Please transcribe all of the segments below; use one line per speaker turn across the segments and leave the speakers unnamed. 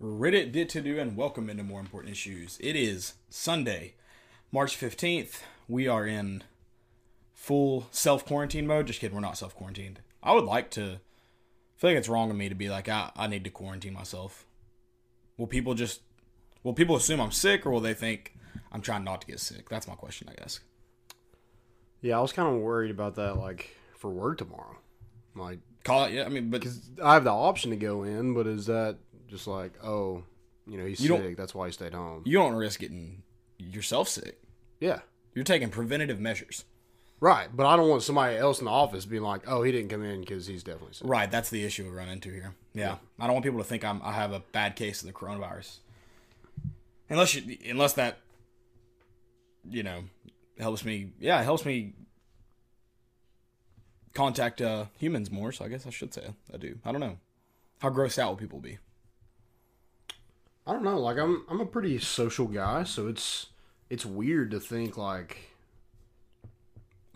Reddit did to do, and welcome into more important issues. It is Sunday, March 15th. We are in full self quarantine mode. Just kidding, we're not self quarantined. I would like to, I feel like it's wrong of me to be like, I, I need to quarantine myself. Will people just, will people assume I'm sick, or will they think I'm trying not to get sick? That's my question, I guess.
Yeah, I was kind of worried about that, like for work tomorrow. Like,
Call it, yeah, I mean, but
because I have the option to go in, but is that just like, oh, you know, he's
You don't-
sick, that's why he stayed home?
you don't risk getting yourself sick.
yeah,
You're taking preventative measures.
right. But I don't want somebody else in the office being like, oh, he didn't come in because he's definitely sick.
Right, that's the issue we run into here. Yeah, I don't want people to think I'm I have a bad case of the coronavirus, unless you, unless that, you know, helps me. Yeah, it helps me contact uh, humans more. So I guess I should say I do. I don't know how grossed out will people be.
I don't know. Like, I'm I'm a pretty social guy, so it's it's weird to think like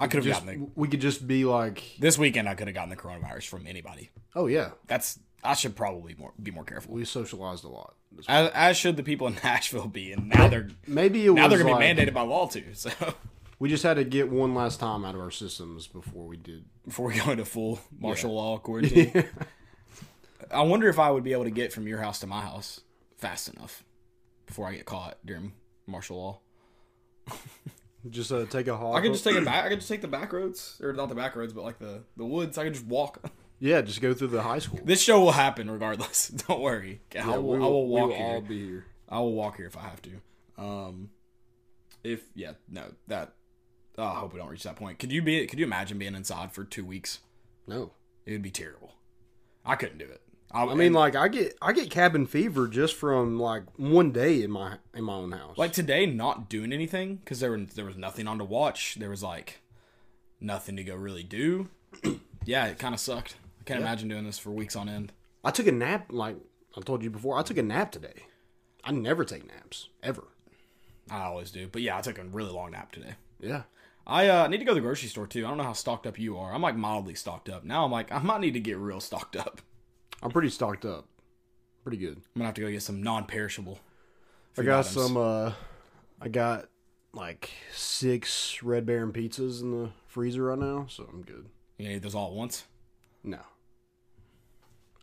I could have
just
gotten the,
we could just be like,
this weekend. I could have gotten the coronavirus from anybody.
oh yeah,
That's I should probably more be more careful.
we socialized a lot.
As, as should the people in Nashville be, and now they're
Maybe it
now
was
they're gonna
like,
be mandated by law too. So
We just had to get one last time out of our systems before we did
before we go into full martial law quarantine. I wonder if I would be able to get from your house to my house fast enough before I get caught during martial law.
just uh, take a hawk.
I could just take it back. I could just take the back roads, or not the back roads, but like the the woods. I could just walk.
yeah, just go through the high school.
This show will happen regardless. Don't worry. I,
Yeah,
will,
we
I will
we
walk
will
here.
all be here.
I will walk here if I have to. Um, if yeah, no, that. oh, I hope we don't reach that point. Could you be? Could you imagine being inside for two weeks?
No,
It would be terrible. I couldn't do it. I,
I mean like I get I get cabin fever just from like one day in my in my own house.
like today not doing anything because there were, there was nothing on to watch there was like nothing to go really do yeah it kind of sucked i can't imagine doing this for weeks on end
I took a nap. Like I told you before, I took a nap today. I never take naps ever.
i always do but yeah i took a really long nap today
Yeah,
i uh, need to go to the grocery store too i don't know how stocked up you are i'm like mildly stocked up now i'm like i might need to get real stocked up
I'm pretty stocked up, pretty good.
i'm gonna have to go get some non-perishable
I
food
got
items.
some. uh I got like six Red Baron pizzas in the freezer right now, so I'm good.
you gonna eat those all at once
No.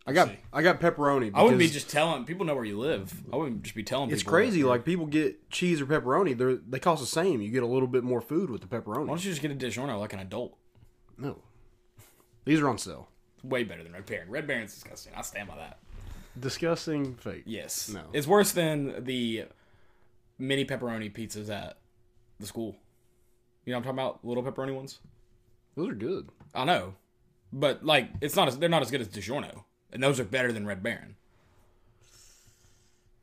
I got
see.
I got pepperoni.
i wouldn't be
because-
just telling people know where you live i wouldn't just be telling
It's
people that.
crazy. Like people get cheese or pepperoni. They they cost the same. You get a little bit more food with the
why
pepperoni.
don't you just get a DiGiorno like an adult
No, these are on sale.
way better than Red Baron. Red Baron's disgusting. I stand by that.
Disgusting fake.
Yes.
No.
It's worse than the mini pepperoni pizzas at the school. You know what I'm talking about? Little pepperoni ones?
Those are good.
I know. But like it's not as they're not as good as DiGiorno. And those are better than Red Baron.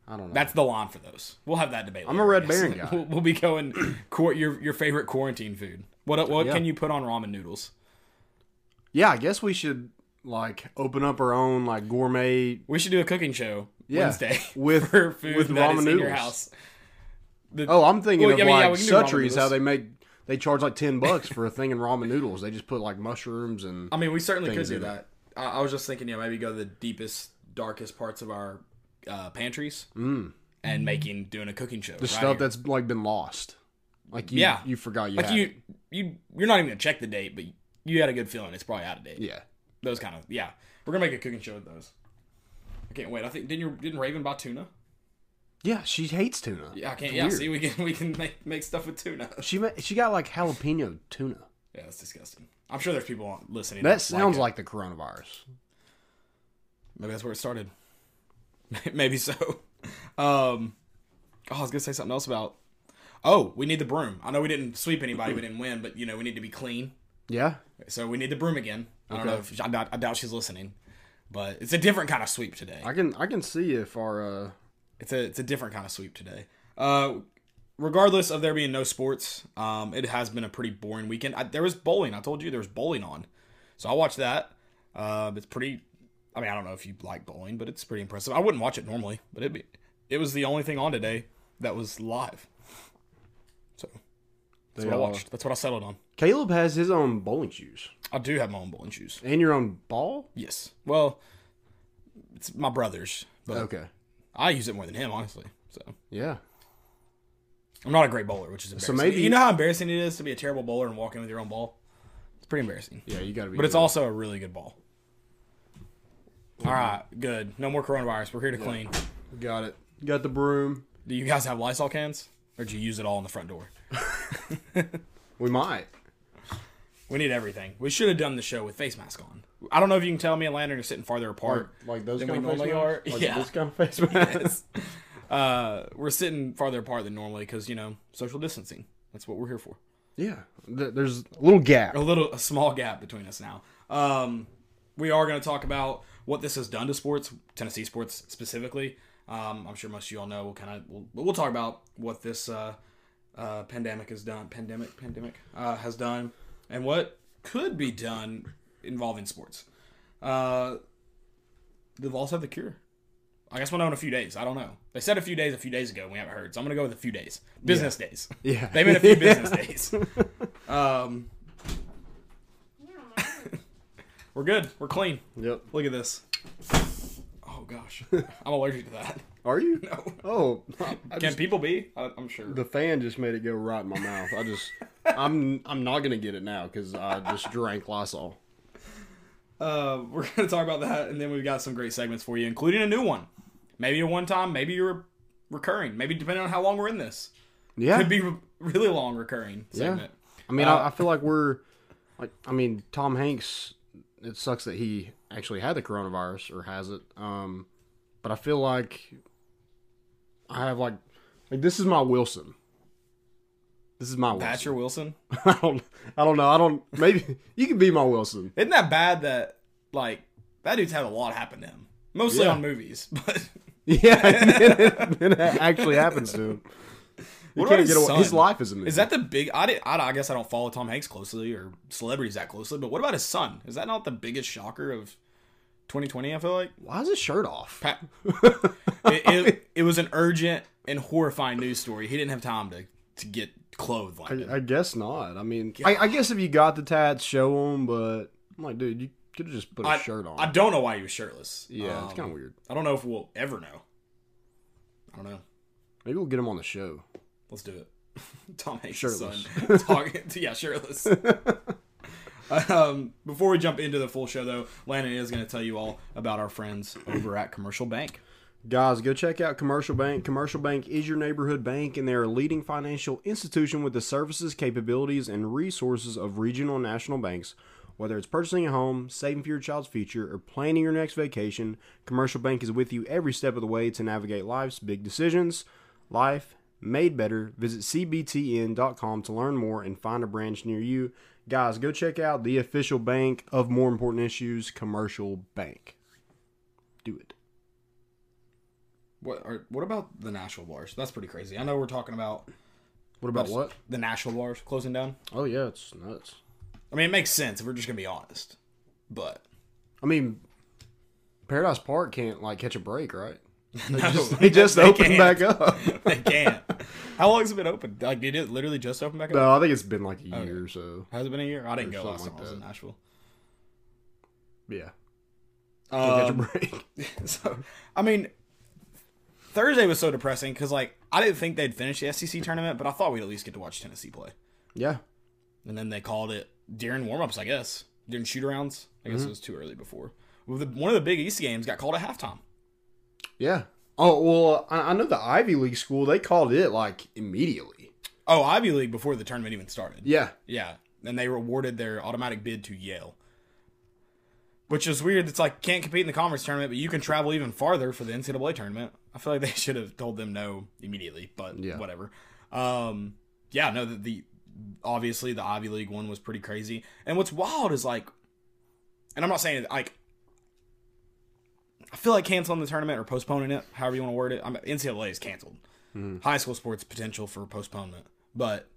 I don't know.
That's the line for those. We'll have that debate.
I'm a
later, I
Red
guess.
Baron guy.
We'll, we'll be going court your your favorite quarantine food. What uh, what
Yeah.
can you put on ramen noodles?
yeah, I guess we should like open up our own like gourmet.
We should do a cooking show
Yeah.
Wednesday
With-
for food
with
that is
ramen
in your
noodles.
house.
Oh, I'm thinking
Well,
of
I mean, yeah,
like
we can do ramen
Sutry's. How
noodles.
they make they charge like ten bucks for a thing in ramen noodles. They just put like mushrooms and
I mean, we certainly could
things
do
in
that. I, I was just thinking, yeah, maybe go to the deepest, darkest parts of our uh, pantries and making doing a cooking show.
Mm. the stuff that's like been lost. Like you,
Yeah.
you forgot you
like
had.
you,
it.
you, you're not even gonna check the date, but you had a good feeling it's probably out of date.
Yeah,
Those kind of yeah, we're gonna make a cooking show with those. I can't wait. I think didn't you didn't Raven buy tuna?
yeah. She hates tuna.
Yeah, I can't.
It's
Yeah,
weird.
see, we can we can make make stuff with tuna.
She ma- she got like jalapeno tuna.
Yeah, that's disgusting. I'm sure there's people on- listening.
That sounds
it.
like the coronavirus.
Maybe that's where it started. Maybe so. Um, oh, I was gonna say something else about. Oh, we need the broom. I know we didn't sweep anybody, we didn't win, but you know we need to be clean,
Yeah.
so we need the broom again. I don't know if I doubt, I doubt she's listening, but it's a different kind of sweep today.
I can I can see if our uh
It's a it's a different kind of sweep today. Uh, regardless of there being no sports, um, it has been a pretty boring weekend. I, there was bowling. I told you there was bowling on, so I watched that. Uh, it's pretty. I mean, I don't know if you like bowling, but it's pretty impressive. I wouldn't watch it normally, but it be it was the only thing on today that was live. So that's
they uh,
what I
all-
watched. That's what I settled on.
Caleb has his own bowling shoes
I do have my own bowling shoes.
and your own ball. Oh.
Yes. Well, it's my brother's, but
Okay.
I use it more than him, honestly. So
Yeah.
I'm not a great bowler, which is embarrassing.
maybe-
you know how embarrassing it is to be a terrible bowler and walk in with your own ball. It's pretty embarrassing,
Yeah, you got to be.
but it's
good.
also a really good ball. All right, good. No more coronavirus. We're here to clean.
Got it. Got the broom.
Do you guys have Lysol cans, or do you use it all in the front door?
We might.
We need everything. We should have done the show with face mask on. I don't know if you can tell me and Landon are sitting farther
Like,
apart.
like those
Then
kind of
we
face
normally
masks?
are.
Like
Yeah.
this kind of face masks?
uh, we're sitting farther apart than normally because you know social distancing. That's what we're here for.
Yeah. Th- There's a little gap.
a little a small gap between us now. Um, we are going to talk about what this has done to sports, Tennessee sports specifically. Um, I'm sure most of you all know. We'll kind of we'll, we'll talk about what this uh, uh, pandemic has done, pandemic, pandemic uh, has done, and what could be done involving sports. Uh, they've also have the cure. I guess we'll know in a few days. I don't know. They said a few days a few days ago. and We haven't heard, so I'm gonna go with a few days. Business days.
Yeah.
They made a few business days. Um, we're good. We're clean.
Yep.
Look at this. Oh gosh, I'm allergic to that.
Are you? No. Oh. I
Can
just,
people be? I, I'm sure.
the fan just made it go right in my mouth. I just. I'm I'm not gonna get it now because I just drank Lysol.
Uh, we're gonna talk about that, and then we've got some great segments for you, including a new one. Maybe a one time. Maybe you're recurring. Maybe depending on how long we're in this,
Yeah.
could be re- really long recurring segment.
I mean,
Uh,
I, I feel like we're like I mean, Tom Hanks. It sucks that he actually had the coronavirus or has it. Um, but I feel like I have like like this is my Wilson. This is my Wilson.
Thatcher Wilson.
I don't. I don't know. I don't. Maybe you can be my Wilson.
Isn't that bad that like that dude's had a lot happen to him, mostly
Yeah.
on movies. But
Yeah. And then it, then it actually happens to him. You
What about
can't
his
get away. His
son?
life is a movie.
is that the big? I, did, I I guess I don't follow Tom Hanks closely or celebrities that closely. But what about his son? Is that not the biggest shocker of 2020? I feel like
Why is his shirt off?
Pat, it, it, it was an urgent and horrifying news story. He didn't have time to to get clothed like that.
I, I guess not. I mean, I, I guess if you got the tats, show them. But I'm like, dude, you could have just put a
I,
shirt on.
I don't know why he was shirtless.
yeah, it's
Um,
kind of weird.
I don't know if we'll ever know. I don't know.
Maybe we'll get him on the show.
Let's do it. Tom Hanks'
Shirtless.
son talking to yeah, shirtless. um, before we jump into the full show, though, Landon is going to tell you all about our friends over at Commercial Bank.
Guys, go check out Commercial Bank. Commercial Bank is your neighborhood bank, and they're a leading financial institution with the services, capabilities, and resources of regional and national banks. Whether it's purchasing a home, saving for your child's future, or planning your next vacation, Commercial Bank is with you every step of the way to navigate life's big decisions. Life made better. Visit cbtn.com to learn more and find a branch near you. Guys, go check out the official bank of more important issues, Commercial Bank. Do it.
What are, what about the Nashville bars? That's pretty crazy. I know we're talking about
What about what?
the Nashville bars closing down.
Oh yeah, it's nuts.
I mean, it makes sense if we're just going to be honest, but
I mean, Paradise Park can't like catch a break, right?
no,
They just opened
can't.
back up.
they can't. How long has it been open? Like, did it literally just open back up?
no, I think it's been like a year or so.
Has it been a year? I didn't go last time
something
I was
like
in Nashville.
Yeah,
Um,
can't catch a break.
so I mean, Thursday was so depressing because like I didn't think they'd finish the SEC tournament, but I thought we'd at least get to watch Tennessee play.
yeah,
And then they called it during warm-ups, I guess, during shoot-arounds. I
Mm-hmm.
guess it was too early before. Well, the, one of the Big East games got called at halftime.
yeah. Oh well, I, I know the Ivy League school. They called it like immediately.
Oh, Ivy League before the tournament even started.
Yeah,
Yeah, and they rewarded their automatic bid to Yale, which is weird. It's like can't compete in the conference tournament, but you can travel even farther for the NCAA tournament. I feel like they should have told them no immediately, but
Yeah.
whatever. Um, yeah, no, the, the obviously the Ivy League one was pretty crazy, and what's wild is like, and I'm not saying it, like. I feel like canceling the tournament or postponing it, however you want to word it. I'm, NCAA is canceled.
Mm-hmm.
High school sports potential for postponement, but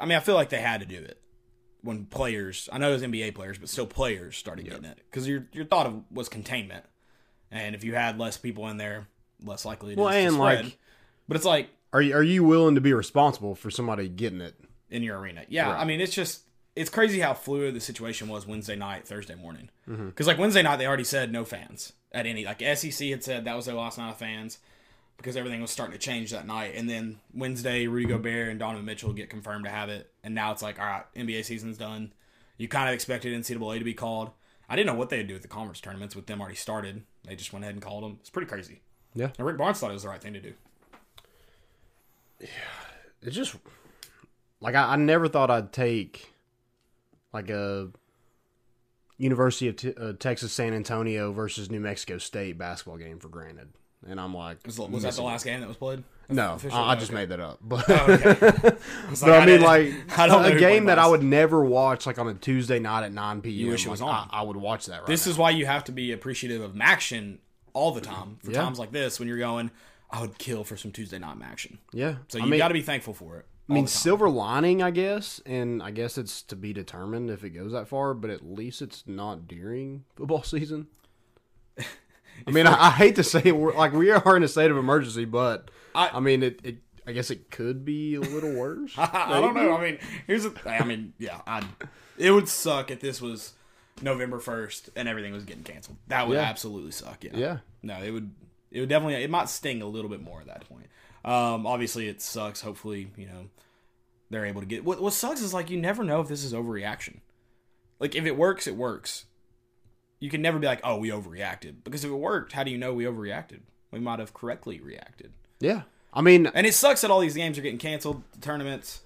I mean, I feel like they had to do it when players. I know it was NBA players, but still players started getting it because your your thought of was containment, and if you had less people in there, less likely it
Well,
is to
and,
spread.
like-
but it's like
are you are you willing to be responsible for somebody getting it?
in your arena. Yeah, I mean, it's just it's crazy how fluid the situation was Wednesday night, Thursday morning. Because
Mm-hmm.
like Wednesday night, they already said no fans at any. Like SEC had said that was their last night of fans because everything was starting to change that night. And then Wednesday, Rudy
Mm-hmm.
Gobert and Donovan Mitchell get confirmed to have it. And now it's like, all right, NBA season's done. You kind of expected NCAA to be called. I didn't know what they'd do with the conference tournaments with them already started. They just went ahead and called them. It's pretty crazy.
Yeah.
And Rick Barnes thought it was the right thing to do.
It just like I, I never thought I'd take like a University of T- uh, Texas San Antonio versus New Mexico State basketball game for granted, and I'm like,
Was, was that the last game that was played?
no,
official?
I, I
Okay.
just made that up. But
Okay. was
but I mean,
didn't-
like
I don't know
a
who
game
played
that I
last.
would never watch, like on a Tuesday night at 9 p.m.
wish it
like,
was on.
I, I would watch that. Right
This is why you have to be appreciative of Maction all the time for
Yeah.
times like this when you're going, I would kill for some Tuesday night Maction.
yeah.
So
I
you
mean,
got to be thankful for it.
I mean, silver lining, I guess, and I guess it's to be determined if it goes that far. But at least it's not during football season. I mean, I, I hate to say it, we're, like we are in a state of emergency, but I,
I-
mean, it, it. I guess it could be a little worse.
I, I don't know. I mean, here's the. I mean, yeah, I. It would suck if this was November first and everything was getting canceled. That would
Yeah.
absolutely suck. Yeah.
Yeah.
No, it would. It would definitely. It might sting a little bit more at that point. Um, obviously, it sucks. Hopefully, you know, they're able to get. What What sucks is like you never know if this is overreaction. Like if it works, it works. You can never be like, oh, we overreacted because if it worked, how do you know we overreacted? We might have correctly reacted.
Yeah, I mean,
And it sucks that all these games are getting canceled. The tournaments,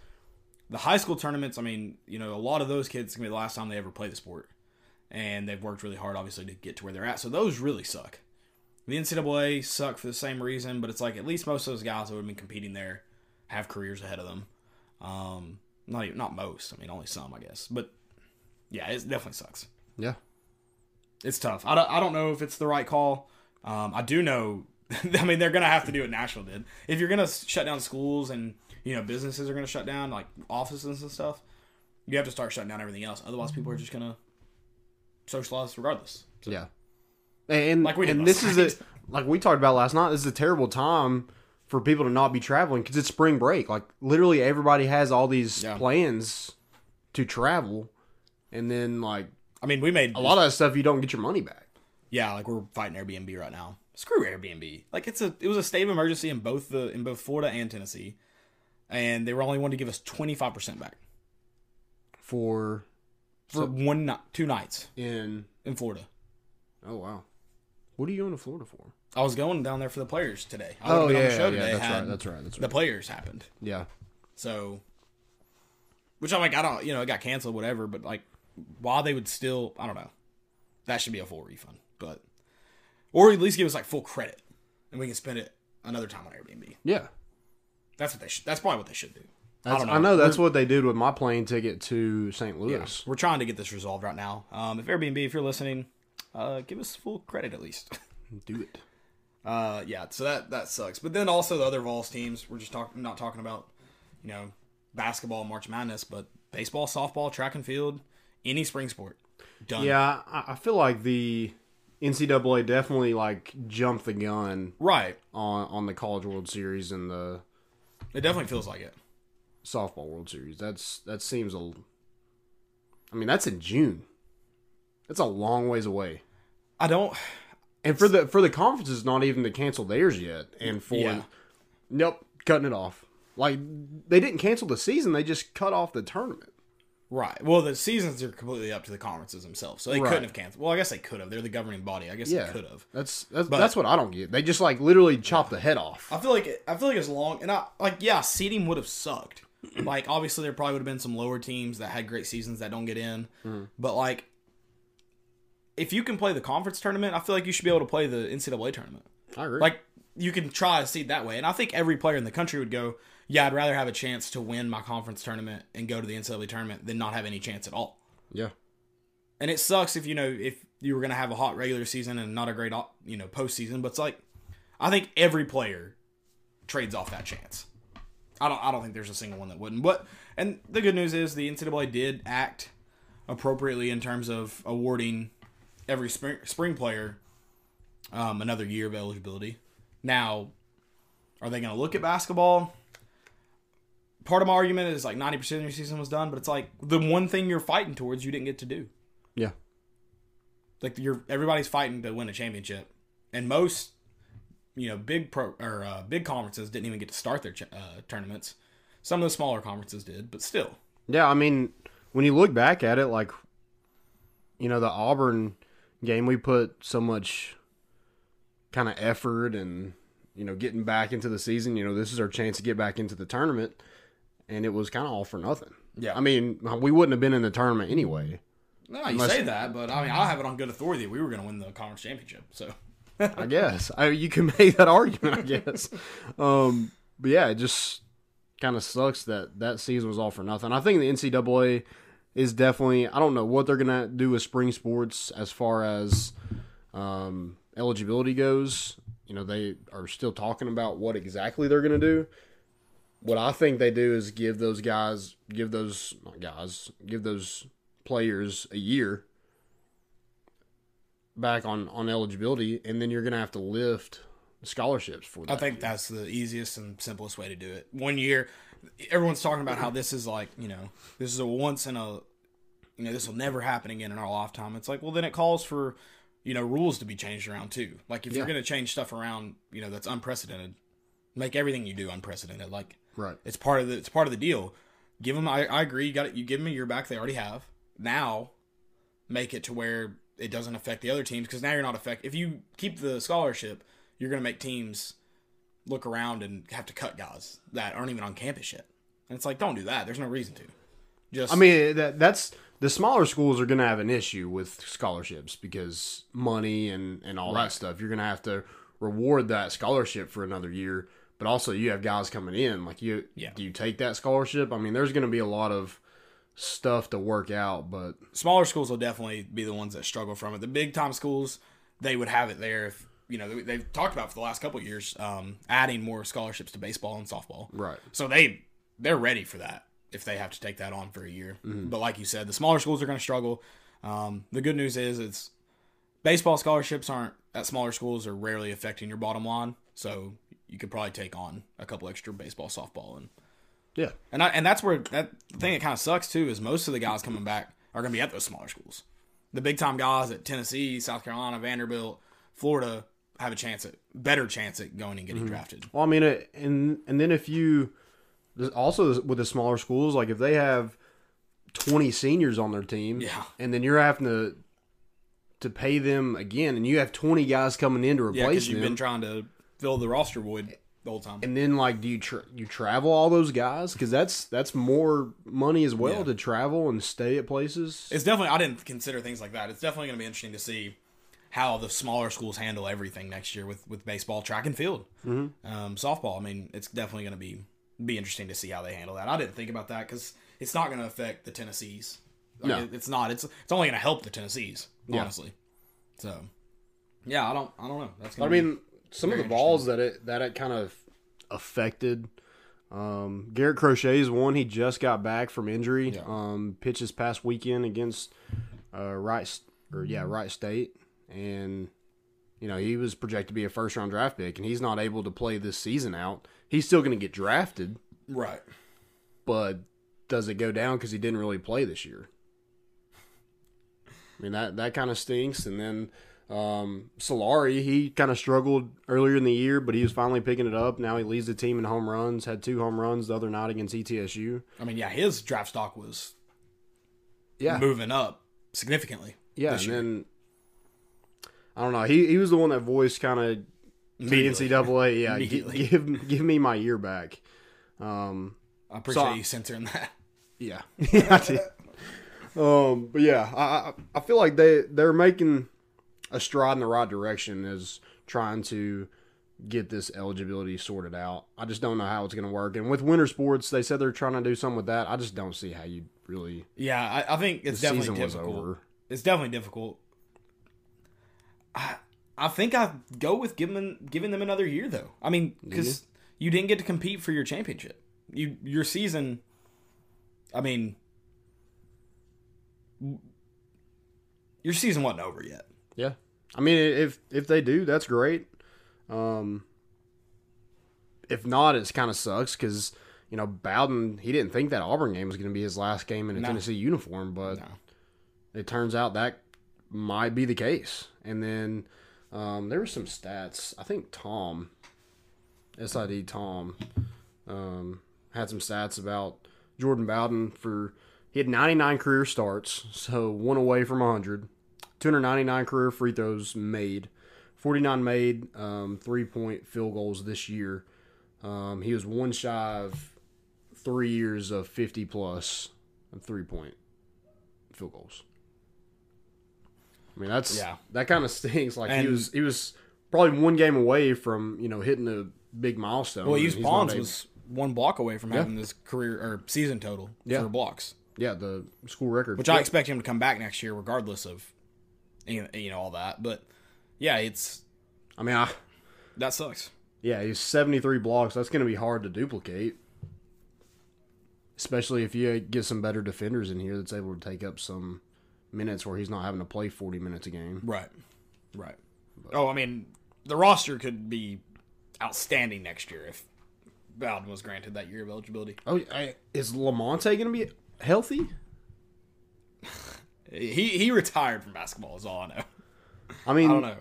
the high school tournaments. I mean, you know, a lot of those kids it's gonna be the last time they ever play the sport, and they've worked really hard, obviously, to get to where they're at. So those really suck. The NCAA suck for the same reason, but it's like at least most of those guys that would have been competing there have careers ahead of them. Um, not even not most. I mean, only some, I guess. But yeah, it definitely sucks
yeah,
it's tough. I don't, I don't know if it's the right call. Um, I do know. I mean, they're gonna have to do what Nashville did. If you're gonna s- shut down schools and you know businesses are gonna shut down, like offices and stuff, you have to start shutting down everything else. Otherwise, people are just gonna socialize regardless.
yeah. And
Like we did
and
last
this is a, like we talked about last night. This is a terrible time for people to not be traveling because it's spring break. Like literally everybody has all these
Yeah.
plans to travel, and then like
I mean, we made
a lot of that stuff you don't get your money back.
yeah, like we're fighting Airbnb right now. Screw Airbnb. Like it's a it was a state of emergency in both the in both Florida and Tennessee, and they were only wanting to give us twenty five percent back
For
for one night, two nights
in
in Florida.
oh wow, what are you going to Florida for?
I was going down there for the players today. I would've been on the show today had
right, Oh, that's
The players happened.
yeah,
So, which I'm like, I don't, you know, it got canceled, whatever. But like, why they would still, I don't know. That should be a full refund, but or at least give us like full credit, and we can spend it another time on Airbnb.
yeah.
That's what they should. That's probably what they should do.
That's, I,
don't
know.
know.
that's what they did with my plane ticket to St. Louis.
We're trying to get this resolved right now. Um, if Airbnb, if you're listening, uh, give us full credit at least.
Do it.
Uh, yeah, so that that sucks. But then also the other Vols teams, we're just talking not talking about, you know, basketball, March Madness, but baseball, softball, track and field, any spring sport. Done.
Yeah, I, I feel like the NCAA definitely like jumped the gun
Right.
on on the College World Series and the
It definitely feels like it.
softball World Series. That's that seems a. I mean, that's in June. That's a long ways away,
I don't
and for the for the conferences, not even to cancel theirs yet, and for
Yeah.
nope, cutting it off. Like they didn't cancel the season; they just cut off the tournament.
Right. Well, the seasons are completely up to the conferences themselves, so they
Right.
couldn't have canceled. Well, I guess they could have. They're the governing body. I guess
Yeah,
they could have.
That's that's, that's what I don't get. They just like literally chop the head off.
I feel like it, I feel like it's long, and I like yeah, seeding would have sucked. like obviously there probably would have been some lower teams that had great seasons that don't get in, but like if you can play the conference tournament, I feel like you should be able to play the NCAA tournament.
I agree.
Like you can try to seed that way, and I think every player in the country would go, yeah, I'd rather have a chance to win my conference tournament and go to the NCAA tournament than not have any chance at all.
yeah,
And it sucks if you know if you were gonna have a hot regular season and not a great op- you know postseason. But it's like, I think every player trades off that chance. I don't. I don't think there's a single one that wouldn't. But and the good news is the NCAA did act appropriately in terms of awarding every spring spring player um, another year of eligibility. Now, are they going to look at basketball? part of my argument is like 90% of your season was done, but it's like the one thing you're fighting towards you didn't get to do.
Yeah.
Like you're everybody's fighting to win a championship, and most you know big pro or uh, big conferences didn't even get to start their ch- uh, tournaments. Some of the smaller conferences did, but still,
Yeah, I mean, when you look back at it, like, you know, the Auburn game, we put so much kind of effort and, you know, getting back into the season. You know, this is our chance to get back into the tournament. And it was kind of all for nothing.
Yeah.
I mean, we wouldn't have been in the tournament anyway.
no, you say that, but I mean I have it on good authority we were going to win the conference championship. So
I guess I, you can make that argument. I guess, um, but yeah, it just kind of sucks that that season was all for nothing. I think the NCAA is definitely. I don't know what they're gonna do with spring sports as far as um, eligibility goes. You know, they are still talking about what exactly they're gonna do. What I think they do is give those guys, give those not guys, give those players a year back on on eligibility, and then you're gonna have to lift scholarships for that.
I think that's the easiest and simplest way to do it. One year, everyone's talking about how this is like you know this is a once in a you know this will never happen again in our lifetime. It's like well then it calls for you know rules to be changed around too. Like if you're
Yeah.
going to change stuff around, you know that's unprecedented. Make everything you do unprecedented. Like
right.
it's part of the it's part of the deal. Give them. I, I agree. You got it. You give them a year back. They already have. Now, make it to where it doesn't affect the other teams because now you're not affect. If you keep the scholarship, you're gonna make teams look around and have to cut guys that aren't even on campus yet. And it's like, don't do that. There's no reason to. Just
I mean, that that's the smaller schools are going to have an issue with scholarships because money and and all that stuff. You're going to have to reward that scholarship for another year, but also you have guys coming in. Like you,
Yeah.
do you take that scholarship? I mean, there's going to be a lot of stuff to work out, but
smaller schools will definitely be the ones that struggle from it. The big time schools, they would have it there if you know they- they've talked about for the last couple of years um, adding more scholarships to baseball and softball.
Right.
So they they're ready for that if they have to take that on for a year. But like you said, the smaller schools are going to struggle. Um, the good news is it's baseball scholarships aren't at smaller schools are rarely affecting your bottom line. So you could probably take on a couple extra baseball, softball, and
yeah,
and I, and that's where that the thing that kind of sucks too is most of the guys coming back are going to be at those smaller schools. The big time guys at Tennessee, South Carolina, Vanderbilt, Florida have a chance at better chance at going and getting drafted.
Well, I mean, it, and and then if you also with the smaller schools, like if they have twenty seniors on their team,
Yeah.
and then you're having to to pay them again, and you have twenty guys coming in to
Yeah,
replace
because you've
them,
been trying to fill the roster void the whole time.
and then like do you tra- you travel all those guys because that's that's more money as well to travel and stay at places.
It's definitely I didn't consider things like that. It's definitely going to be interesting to see how the smaller schools handle everything next year with with baseball, track and field,
Mm-hmm.
um, softball. I mean, it's definitely going to be be interesting to see how they handle that. I didn't think about that because it's not going to affect the Tennessees. I
No.
mean, it's not. It's it's only going to help the Tennessees, honestly. So, yeah, I don't I don't know. That's
I
gonna be,
mean, some of the balls that it that it kind of affected. Um, Garrett Crochet is one. He just got back from injury.
Yeah.
Um, pitched this past weekend against uh, Wright S- or yeah Wright State, and you know he was projected to be a first round draft pick, and he's not able to play this season out. He's still going to get drafted,
right.
but does it go down because he didn't really play this year? I mean that that kind of stinks. And then um, Solari, he kind of struggled earlier in the year, but he was finally picking it up. Now he leads the team in home runs. Had two home runs the other night against E ETSU.
I mean, yeah, his draft stock was
Yeah,
moving up significantly.
yeah.
this
And
year.
then I don't know. He he was the one that voiced kind of the
Immediately.
NCAA. Yeah, gi-
Immediately.
give give me my year back. Um,
I appreciate
So-
you censoring that.
Yeah, yeah, I did. Um, but yeah, I I- I feel like they they're making a stride in the right direction is trying to get this eligibility sorted out. I just don't know how it's going to work. And with winter sports, they said they're trying to do something with that. I just don't see how you really
Yeah, I, I think it's
the
definitely
season was
difficult.
over.
It's definitely difficult. I I think I go with giving them, giving them another year though. I mean, because you didn't get to compete for your championship. You your season. I mean, your season wasn't over yet.
Yeah, I mean if if they do, that's great. Um, if not, it's kind of sucks because you know, Bowden, he didn't think that Auburn game was going to be his last game in a
No.
Tennessee uniform, but
No.
it turns out that might be the case. And then um, there were some stats. I think Tom, SID Tom, um, had some stats about Jordan Bowden for he had 99 career starts, so one away from 100, 299 career free throws made, 49 made, um, three point field goals this year. Um, he was one shy of three years of 50 plus three point field goals. I mean that's
Yeah.
that kind of stings. Like he
And-
was he was probably one game away from you know hitting a big milestone.
Well,
and
Hughes
he's not
Bonds
able-
was one block away from having this career or season total
Yeah.
for blocks,
yeah the school record,
which I expect him to come back next year, regardless of you you know all that. But yeah, it's
I mean, I,
that sucks.
yeah, he's seventy three blocks. That's going to be hard to duplicate, especially if you get some better defenders in here that's able to take up some minutes where he's not having to play forty minutes a game.
Right, right. oh, I mean, the roster could be outstanding next year if Bowden was granted that year of eligibility.
Oh, I, is Lamonte going to be healthy?
He he retired from basketball is all I know.
I mean,
I don't know.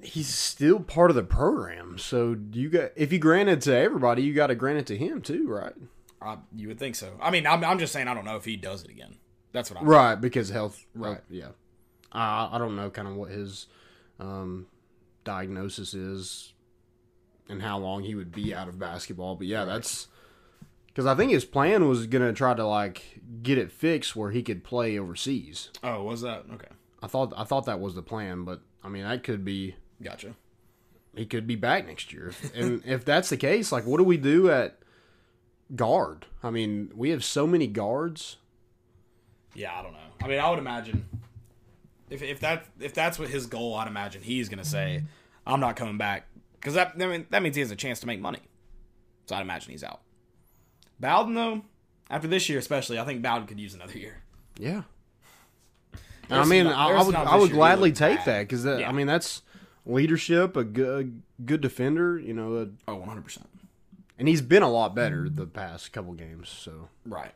he's still part of the program. So do you got if you grant it to everybody, you got to grant it to him too, right?
I, you would think so. I mean, I'm, I'm just saying I don't know if he does it again. That's what I'm.
Right, because health.
Right.
yeah. I I don't know kind of what his um, diagnosis is and how long he would be out of basketball, but yeah, that's because I think his plan was gonna try to like get it fixed where he could play overseas.
Oh, was that okay?
I thought I thought that was the plan, but I mean that could be
Gotcha.
he could be back next year. And if that's the case, like what do we do at guard? I mean, we have so many guards.
Yeah, I don't know. I mean, I would imagine if if that if that's what his goal, I'd imagine he's gonna say, "I'm not coming back," because that I mean, that means he has a chance to make money. So I'd imagine he's out. Bowden though, after this year especially, I think Bowden could use another year.
Yeah. And I
There's
mean,
not-
I, I
there's
would
not
I would
this year
gladly
you look
take
bad.
that because
Yeah.
I mean that's leadership, a good good defender, you know, a,
Oh, 100 percent.
and he's been a lot better the past couple games. So
Right.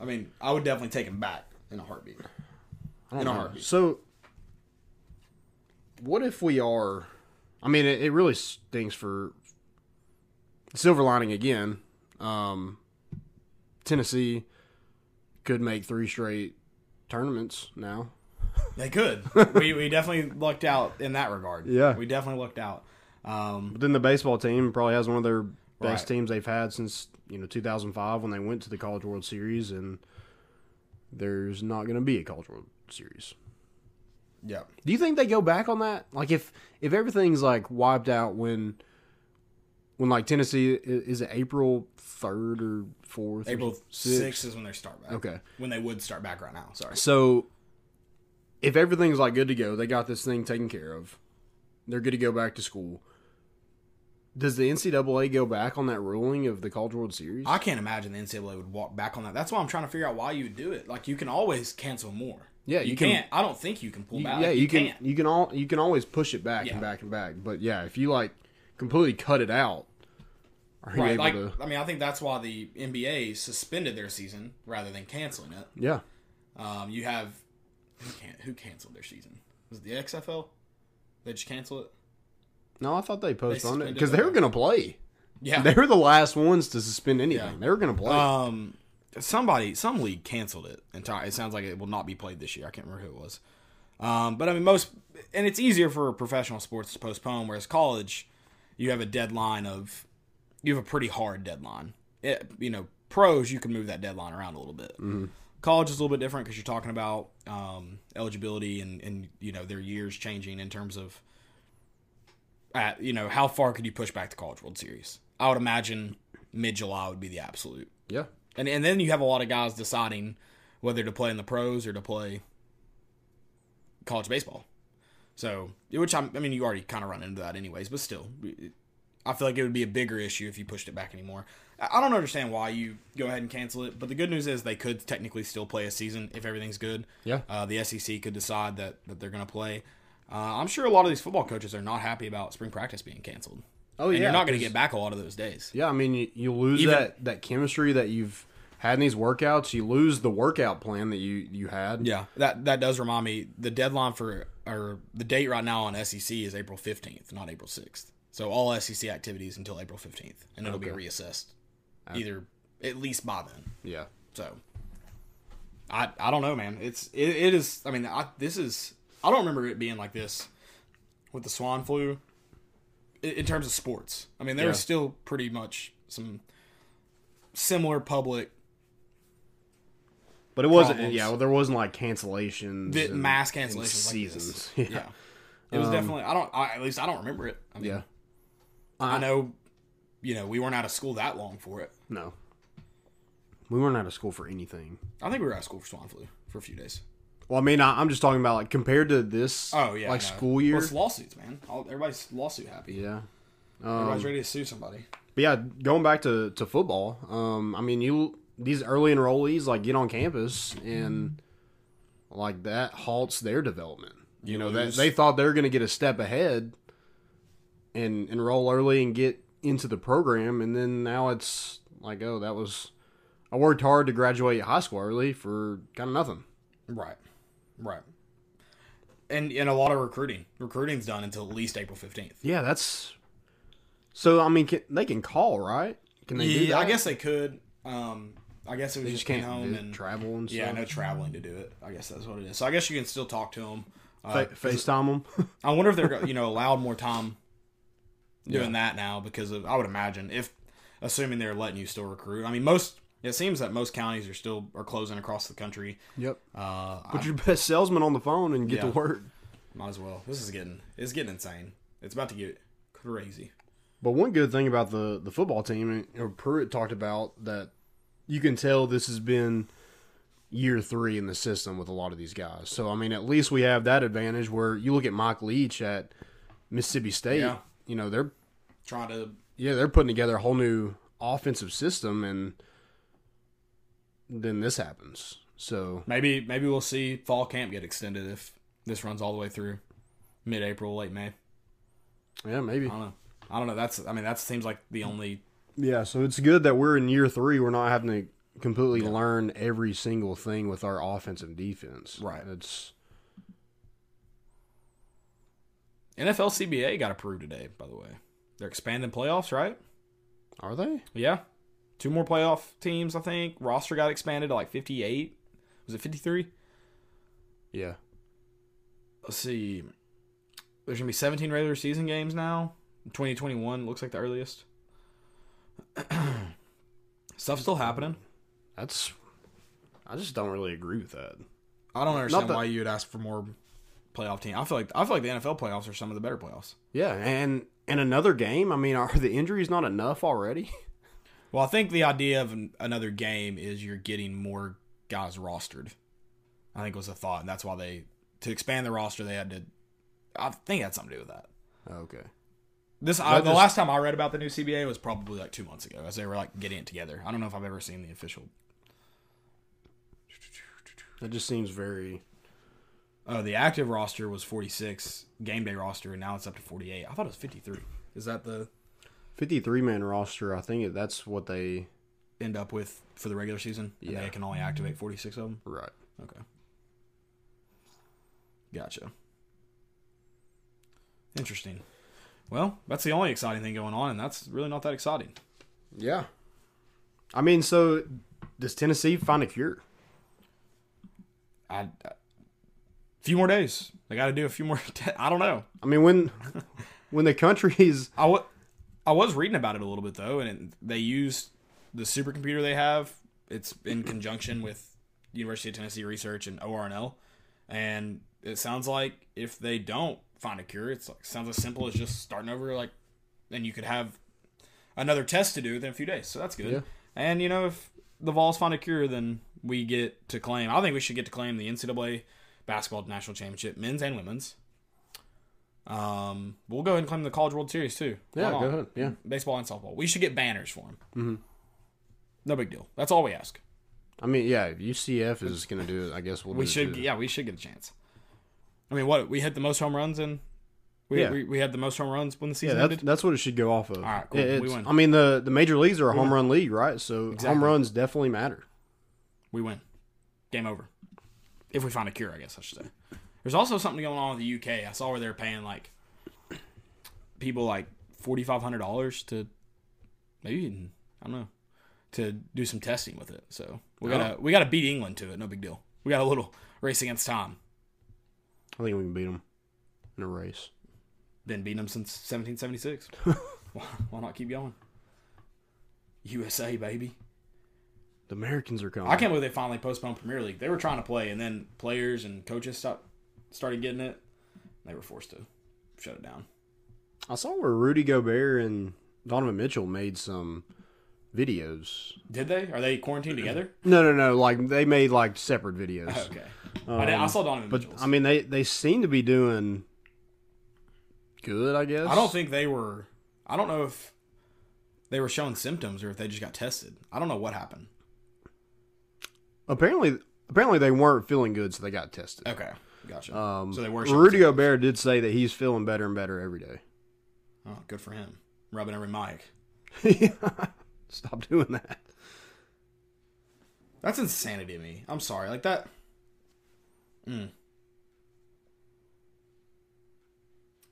I mean, I would definitely take him back in a heartbeat.
I don't
In a
know.
heartbeat.
So what if we are? I mean, it, it really stinks for silver lining again. Um, Tennessee could make three straight tournaments now.
They could. we we definitely lucked out in that regard.
Yeah.
we definitely lucked out. Um,
But then the baseball team probably has one of their best
Right.
teams they've had since you know 2005 when they went to the College World Series, and there's not going to be a College World Series.
yeah.
Do you think they go back on that? Like if if everything's like wiped out when when like Tennessee i- is it April third or fourth? or
April
sixth?
sixth is when they start back.
Okay.
When they would start back right now. Sorry.
So if everything's like good to go, they got this thing taken care of. They're good to go back to school. Does the NCAA go back on that ruling of the College World Series?
I can't imagine the NCAA would walk back on that. That's why I'm trying to figure out why you would do it. Like you can always cancel more.
Yeah,
you,
you can-
can't. I don't think you can pull
You-
back.
yeah, you, can,
can't.
you can all you can always push it back
Yeah.
and back and back. But yeah, if you like completely cut it out, are you
Right,
able
like
to?
I mean, I think that's why the NBA suspended their season rather than canceling it.
Yeah,
Um, you have who can who canceled their season? Was it the XFL? They just cancel it.
no, I thought they postponed it
suspended
because they
it.
were gonna play.
Yeah,
They were the last ones to suspend anything. They were gonna play.
Um, somebody, some league canceled it. Entire. It sounds like it will not be played this year. I can't remember who it was. Um, but I mean, most, and it's easier for professional sports to postpone, whereas college, you have a deadline of, you have a pretty hard deadline. It, you know, pros, you can move that deadline around a little bit. College is a little bit different because you're talking about um, eligibility and and you know their years changing in terms of, at you know how far could you push back the college World Series? I would imagine mid July would be the absolute
yeah,
and and then you have a lot of guys deciding whether to play in the pros or to play college baseball. So, which I'm, I mean, you already kind of run into that anyways, but still, it- I feel like it would be a bigger issue if you pushed it back anymore. I I don't understand why you go ahead and cancel it, but the good news is they could technically still play a season if everything's good.
yeah.
Uh, the SEC could decide that that they're going to play. Uh, I'm sure a lot of these football coaches are not happy about spring practice being canceled.
Oh
and you're not going to get
'cause-
back a lot of those days.
Yeah, I mean, you, you lose
Even-
that that chemistry that you've had in these workouts. You lose the workout plan that you you had.
Yeah, that that does remind me. The deadline for or the date right now on SEC is April fifteenth, not April sixth. So all SEC activities until April fifteenth, and it'll be reassessed either at least by then.
Yeah.
So I I don't know, man. It's it, it is. I mean, I, this is I don't remember it being like this with the swine flu in, in terms of sports. I mean, there
Yeah.
was still pretty much some similar public
But it wasn't.
Problems.
Yeah, well, there wasn't like cancellations,
vi-
and-
mass
and
cancellations
seasons.
Like this.
Yeah.
Yeah. It was definitely I don't I, at least I don't remember it. I mean,
Yeah.
I know you know, we weren't out of school that long for it.
No. We weren't out of school for anything.
I think we were out of school for swine flu for a few days.
Well, I mean, I, I'm just talking about like compared to this.
Oh yeah.
Like
I know.
school
Well,
year.
it's lawsuits, man. All, everybody's lawsuit happy.
yeah. Um,
Everybody's ready to sue somebody.
But yeah, going back to, to football, um, I mean, you these early enrollees like get on campus and like that halts their development. You, know that
lose.
they thought they were going to get a step ahead and enroll early and get into the program, and then now it's like, oh, that was I worked hard to graduate high school early for kind of nothing.
Right. Right. And and a lot of recruiting. Recruiting's done until at least April fifteenth.
Yeah, that's so. I mean, can, they can call right? Can they? do
Yeah, I
that?
guess they could. Um I guess it was
they
just
just
being
can't
home
vi-
and
travel and stuff.
yeah, no traveling to do it. I guess that's what it is. So I guess you can still talk to them. Uh,
Fa- Facetime them.
I wonder if they're go- you know allowed more time doing that now because of I would imagine if assuming they're letting you still recruit. I mean most it seems that most counties are still are closing across the country.
yep.
Uh, I
Put your best salesman on the phone and get to
Yeah.
work.
might as well. This is getting it's getting insane. It's about to get crazy.
But one good thing about the the football team, and you know, Pruitt talked about that, you can tell this has been year three in the system with a lot of these guys. So I mean, at least we have that advantage. Where you look at Mike Leach at Mississippi State,
Yeah.
you know they're
Trying to
yeah they're putting together a whole new offensive system, and then this happens. So
maybe maybe we'll see fall camp get extended if this runs all the way through mid April, late May.
yeah, maybe
I don't know. I don't know. That's I mean that seems like the only
Yeah, so it's good that we're in year three. We're not having to completely learn every single thing with our offense and defense.
Right.
It's
NFL CBA got approved today. By the way, they're expanding playoffs, right?
are they?
Yeah. Two more playoff teams, I think. Roster got expanded to like 58. Was it 53?
Yeah.
Let's see. There's going to be 17 regular season games now. 2021 looks like the earliest. Stuff's still happening.
That's I just don't really agree with that.
I don't
Not
understand
that-
why you would ask for more playoff team. I feel like I feel like the NFL playoffs are some of the better playoffs.
Yeah, and and another game, I mean, are the injuries not enough already?
Well, I think the idea of an, another game is you're getting more guys rostered. I think was the thought, and that's why they to expand the roster they had to. I think it had something to do with that.
Oh, Okay.
This I,
That
the
just-
last time I read about the new CBA was probably like two months ago, as they were like getting it together. I don't know if I've ever seen the official.
That just seems very
Oh, the active roster was 46 game day roster, and now it's up to 48. I thought it was 53. Is that the
fifty three man roster, I think that's what they
end up with for the regular season? And
Yeah.
they can only activate 46 of them.
Right.
Okay. Gotcha. Interesting. Well, that's the only exciting thing going on, and that's really not that exciting.
Yeah. I mean, so does Tennessee find a cure?
I, I few more days. They got to do a few more. I I don't know.
I mean when when the country is
I wa- I was reading about it a little bit though, and it, they used the supercomputer they have. It's in conjunction with University of Tennessee Research and ORNL, and it sounds like if they don't find a cure, it's like sounds as simple as just starting over. Like, and you could have another test to do within a few days, so that's good.
Yeah.
And you know, if the Vols find a cure, then we get to claim. I think we should get to claim the NCAA basketball national championship, men's and women's. Um, we'll go ahead and claim the College World Series too. Why
Yeah,
not?
go ahead. Yeah.
Baseball and softball. We should get banners for them. Mm-hmm. No big deal. That's all we ask.
I mean, yeah, if UCF is going to do it, I guess we'll
We
do
should,
it too.
yeah, we should get a chance. I mean, what we hit the most home runs in We,
Yeah.
we, we had the most home runs when the
Yeah,
season
that's,
ended.
that's what it should go off of.
All right, cool.
It-
We
it's-
win.
I mean, the, the major leagues are a home run league, right? So
Exactly.
home runs definitely matter.
We win. Game over. If we find a cure, I guess I should say. There's also something going on with the UK. I saw where they're paying like people like forty five hundred dollars to maybe even- I don't know to do some testing with it. So we gotta
Oh.
we gotta beat England to it. No big deal. We got a little race against time.
I think we can beat them in a race.
Been beating them since 1776. why, why not keep going? USA baby.
The Americans are coming.
I can't believe they finally postponed Premier League. They were trying to play, and then players and coaches stopped, started getting it. They were forced to shut it down.
I saw where Rudy Gobert and Donovan Mitchell made some videos.
Did they? Are they quarantined together?
No, no, no. Like they made like separate videos.
Oh, Okay. I, did, I saw Donovan
Um, But
Mitchell's.
I mean, they they seem to be doing good. I guess.
I don't think they were. I don't know if they were showing symptoms or if they just got tested. I don't know what happened.
Apparently, apparently they weren't feeling good, so they got tested.
Okay, gotcha.
Um,
so they were showing
Rudy
symptoms.
Gobert did say that he's feeling better and better every day.
Oh, good for him. Rubbing every mic.
Stop doing that.
That's insanity to me. I'm sorry. Like that. Mm.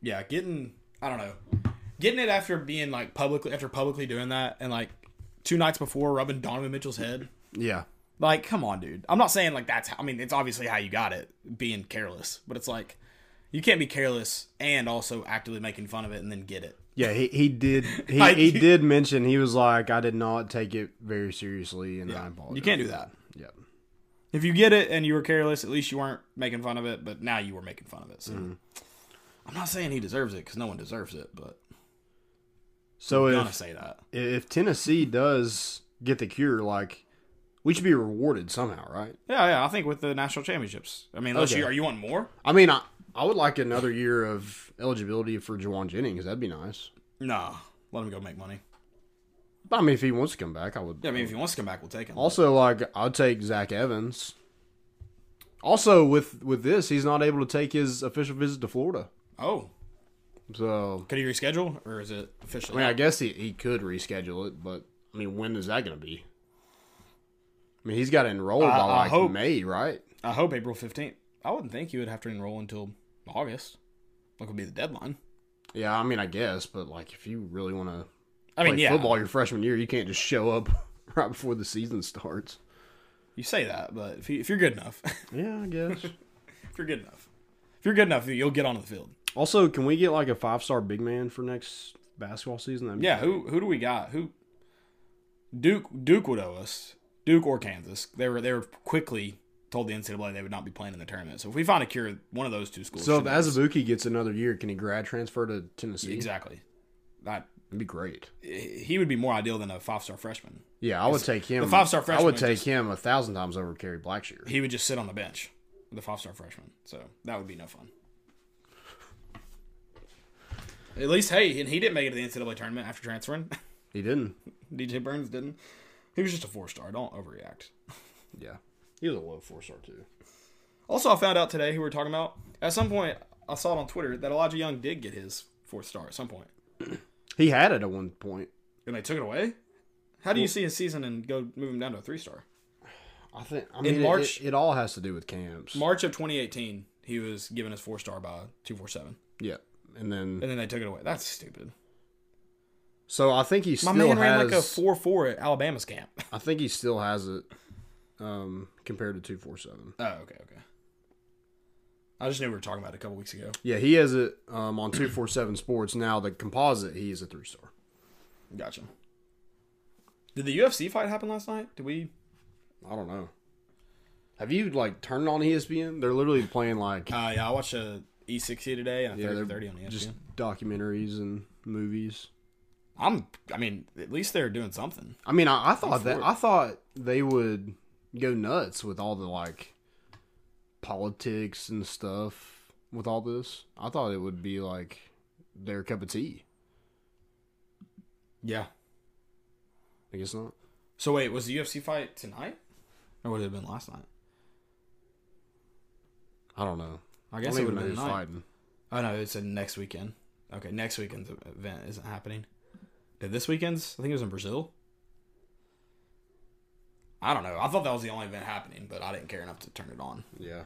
Yeah, getting I don't know, getting it after being like publicly after publicly doing that and like two nights before rubbing Donovan Mitchell's head.
Yeah.
Like, come on, dude. I'm not saying like that's. How, I mean, it's obviously how you got it, being careless. But it's like you can't be careless and also actively making fun of it and then get it.
Yeah, he, he did he,
Like-
he did mention he was like I did not take it very seriously and I apologize.
You can't do that.
Yep.
If you get it and you were careless, at least you weren't making fun of it. But now you were making fun of it. So
Mm-hmm.
I'm not saying he deserves it because no one deserves it. But
So
I'm gonna
if
say that.
if Tennessee does get the cure, like we should be rewarded somehow, right?
Yeah, yeah. I think with the national championships. I mean, unless
Okay.
you are you wanting more?
I mean, I I would like another year of eligibility for Jawan Jennings. That'd be nice.
Nah, let him go make money.
But I mean, if he wants to come back, I would.
Yeah, I mean, if he wants to come back, we'll take him.
Also, like I'd take Zach Evans. Also, with with this, he's not able to take his official visit to Florida.
oh,
So
could he reschedule or is it
I
officially?
mean, I guess he, he could reschedule it, but I mean, when is that going to be? I mean, he's got to enroll
I-
by
I
like
hope-
May, right?
I hope April 15th. I wouldn't think you would have to enroll until August. Like would be the deadline.
Yeah, I mean, I guess, but like if you really want to
I
play
mean, yeah,
football your freshman year, you can't just show up right before the season starts.
you say that, but if, you, if you're good enough,
Yeah, I guess.
if you're good enough, if you're good enough, you'll get onto the field.
also, can we get like a five star big man for next basketball season? That'd be-
Yeah, who who do we got? Who Duke Duke would owe us Duke or Kansas. They were they were quickly told the NCAA they would not be playing in the tournament. So if we find a cure, one of those two schools.
So if
should know.
Azabuki gets another year, can he grad transfer to Tennessee?
exactly, that
That'd be great.
he would be more ideal than a five star freshman.
Yeah, I would take him.
the five-star
I
freshman
would take
just-
him a thousand times over Kerry Blackshear.
He would just sit on the bench, the five star freshman. So that would be no fun. At least, hey, and he didn't make it to the NCAA tournament after transferring.
He didn't.
DJ Burns didn't. He was just a four star. Don't overreact.
Yeah, he was a low four star too.
Also, I found out today who we're talking about. At some point, I saw it on Twitter that Elijah Young did get his fourth star at some point,
He had it at one point.
and they took it away. How do you see his season and go move him down to a three star?
I think I mean, it-
March-
It, it all has to do with camps.
March of 2018, he was given his four star by 247,
yeah, and then
and then they took it away. That's stupid.
so I think he
My
still
man
has.
ran like a four four at Alabama's camp.
I think he still has it um, compared to two four seven.
oh, okay, okay. I just knew we were talking about it a couple weeks ago.
Yeah, he has it um, on two four seven sports now. The composite, he is a three star.
Gotcha. Did the UFC fight happen last night? Did we?
I don't know. Have you like turned on E ESPN? They're literally playing like
Uh, yeah, I watched a E60 today and a
yeah, they're
30 on E the ESPN.
just documentaries and movies.
I'm. I mean, at least they're doing something.
I mean, I, I thought
for
that
it.
I thought they would go nuts with all the like politics and stuff with all this. I thought it would be like their cup of tea.
Yeah.
I guess not.
So wait, was the UFC fight tonight, or would it have been last night?
I don't know.
I
I
guess
don't
it would
even know
have been
who's
tonight.
fighting.
Oh no, it's a next weekend. Okay, next weekend's event isn't happening. Did this weekend's? I think it was in Brazil. I don't know. I thought that was the only event happening, but I didn't care enough to turn it on.
Yeah.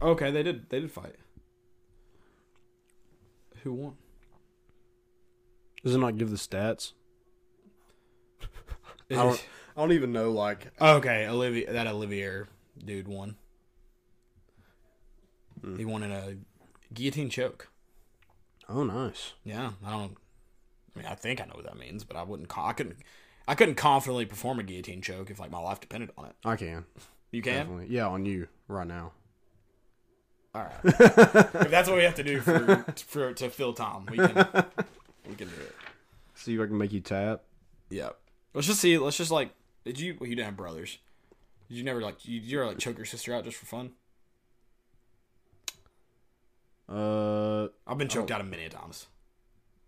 Okay, they did. They did fight. Who won?
Does it not give the stats? I
Is-
don't, I don't even know. Like,
okay, Olivier. That Olivier dude won. He won in a guillotine choke.
oh, nice.
Yeah, I don't. I mean, I think I know what that means, but I wouldn't. co- I couldn't. I couldn't confidently perform a guillotine choke if like my life depended on it.
I can.
You can.
Definitely. Yeah, on you right now.
All right. if that's what we have to do for, for to fill time, we can we can do it.
See if I can make you tap.
Yeah. Let's just see. Let's just like. Did you? Well, you didn't have brothers. Did you never like? You you ever like choke your sister out just for fun?
Uh,
I've been choked out a million times.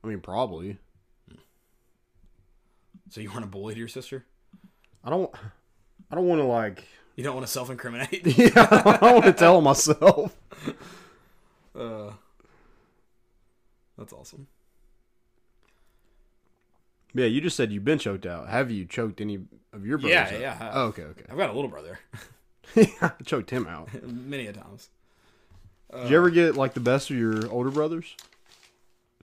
I mean, probably.
So you want to bully your sister?
I don't. I don't want to like.
You don't want to self-incriminate.
Yeah, I don't want to tell myself.
uh, that's awesome.
Yeah, you just said you've been choked out. Have you choked any of your brothers?
Yeah,
out?
yeah, I have.
Oh, okay, okay.
I've got a little brother,
I choked him out.
many a times. Uh,
Did you ever get like the best of your older brothers?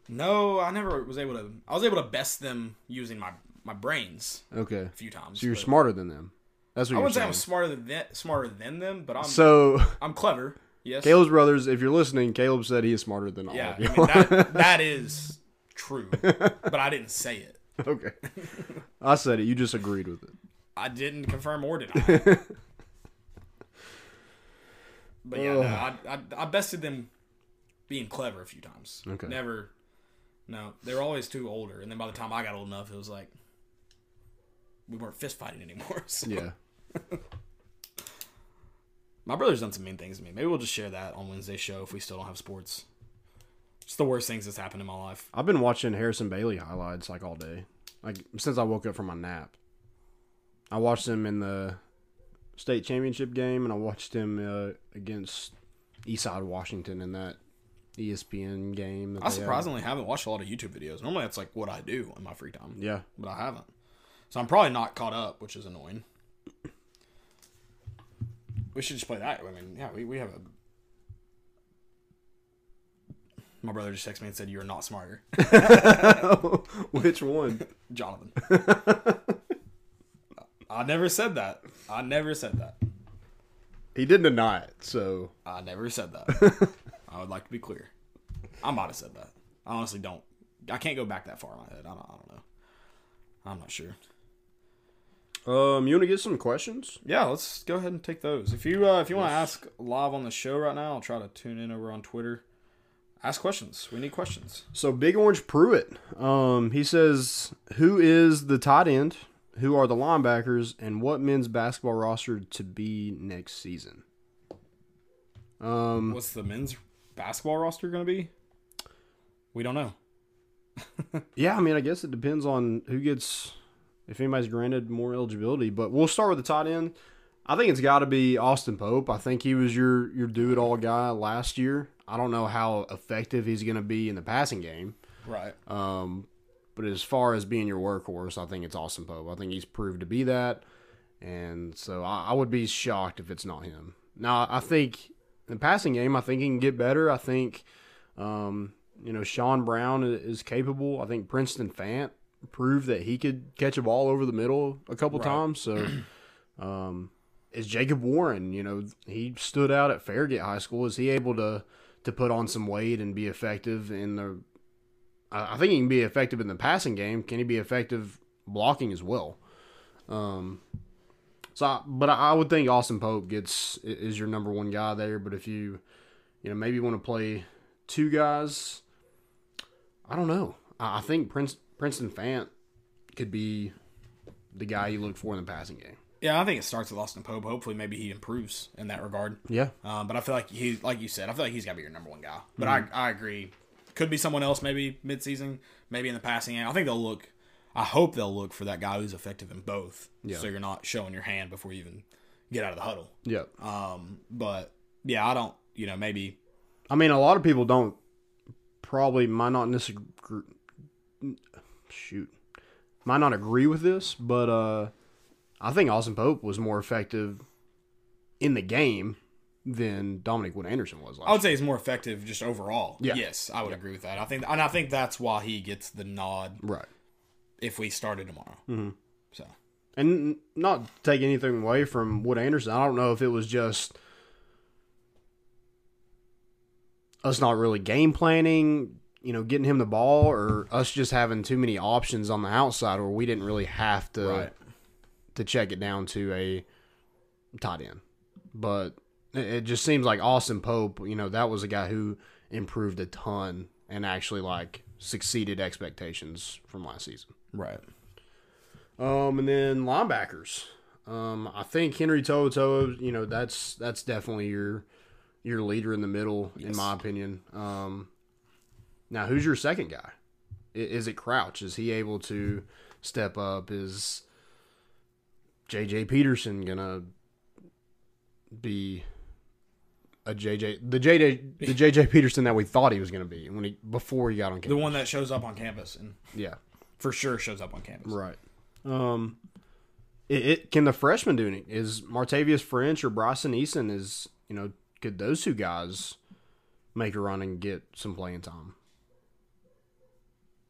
No, I never was able to. I was able to best them using my my brains
Okay,
a few times.
so you're
but-
smarter than them. That's what
I
you're
wouldn't say
saying.
I'm smarter than that, smarter than them, but I'm
so
I'm clever. Yes.
Caleb's brothers, if you're listening, Caleb said he is smarter than all
yeah, I
of you.
mean, that, that is true, but I didn't say it.
okay, I said it. You just agreed with it.
I didn't confirm or deny. but yeah, no, I, I I bested them being clever a few times.
Okay.
Never. No, they were always too older, and then by the time I got old enough, it was like we weren't fist fighting anymore. So.
Yeah.
My brother's done some mean things to me. Maybe we'll just share that on Wednesday's show if we still don't have sports. It's the worst things that's happened in my life.
I've been watching Harrison Bailey highlights like all day, like since I woke up from my nap. I watched him in the state championship game, and I watched him uh, against Eastside Washington in that E ESPN game. That
I
they had.
surprisingly haven't watched a lot of YouTube videos. Normally, that's like what I do in my free time.
Yeah,
but I haven't. So I'm probably not caught up, which is annoying. We should just play that. I mean, yeah, we, we have a. My brother just texted me and said, You're not smarter,
which one?
Jonathan. I never said that. I never said that.
He did deny it, so
I never said that. I would like to be clear. I might have said that. I honestly don't. I can't go back that far in my head. I don't, I don't know. I'm not sure.
um, you want to get some questions?
yeah let's go ahead and take those if you uh, if you want to ask live on the show right now i'll try to tune in over on twitter ask questions we need questions
So Big Orange Pruitt, um, he says, "Who is the tight end? Who are the linebackers? And what men's basketball roster to be next season?" Um,
what's the men's basketball roster going to be we don't know
yeah, I mean, I guess it depends on who gets, if anybody's granted more eligibility. But we'll start with the tight end. I think it's got to be Austin Pope. I think he was your your do it all guy last year. I don't know how effective he's going to be in the passing game.
right
Um, but as far as being your workhorse, I think it's Austin Pope. I think he's proved to be that, and so I, I would be shocked if it's not him. Now, I think in the passing game, I think he can get better. I think, um, you know, Sean Brown i- is capable. I think Princeton Fant proved that he could catch a ball over the middle a couple
Right.
times. So, um, is Jacob Warren? You know, he stood out at Farragut High School. Is he able to to put on some weight and be effective in the I I think he can be effective in the passing game. Can he be effective blocking as well? Um, so, I, but I, I would think Austin Pope gets i- is your number one guy there. But if you, you know, maybe want to play two guys, I don't know. I, I think Prince Princeton Fant could be the guy you look for in the passing game.
yeah i think it starts with austin pope hopefully maybe he improves in that regard
Yeah,
um, but i feel like he like you said i feel like he's got to be your number one guy but
Mm-hmm.
I, I agree could be someone else maybe midseason maybe in the passing game i think they'll look i hope they'll look for that guy who's effective in both
Yeah.
so you're not showing your hand before you even get out of the huddle
yeah.
Um, but yeah, I don't. You know, maybe
I mean, a lot of people don't probably might not necessarily shoot might not agree with this, but uh, I think Austin Pope was more effective in the game than Dominic Wood Anderson was. Last
I would say he's more effective just overall.
Yeah.
Yes, I would agree with that. I think, and I think that's why he gets the nod
year. right.
if we started tomorrow. So
And not to take anything away from Wood Anderson. I don't know if it was just us not really game planning, you know, getting him the ball, or us just having too many options on the outside where we didn't really have to
Right.
to check it down to a tight end. But it- it just seems like Austin Pope, you know, that was a guy who improved a ton and actually like succeeded expectations from last season.
right,
Um, and then linebackers. Um, I think Henry Toto, you know, that's that's definitely your your leader in the middle, in my opinion. Um, now who's your second guy? I- Is it Crouch? Is he able to step up? Is JJ Peterson gonna be a JJ the JJ the JJ Peterson that we thought he was gonna be when he before he got on
the
campus?
one that shows up on campus and
Yeah.
for sure shows up on campus.
Right. Um, it, it can the freshman do it? Is Martavius French or Bryson Eason? Is you know could those two guys make a run and get some playing time?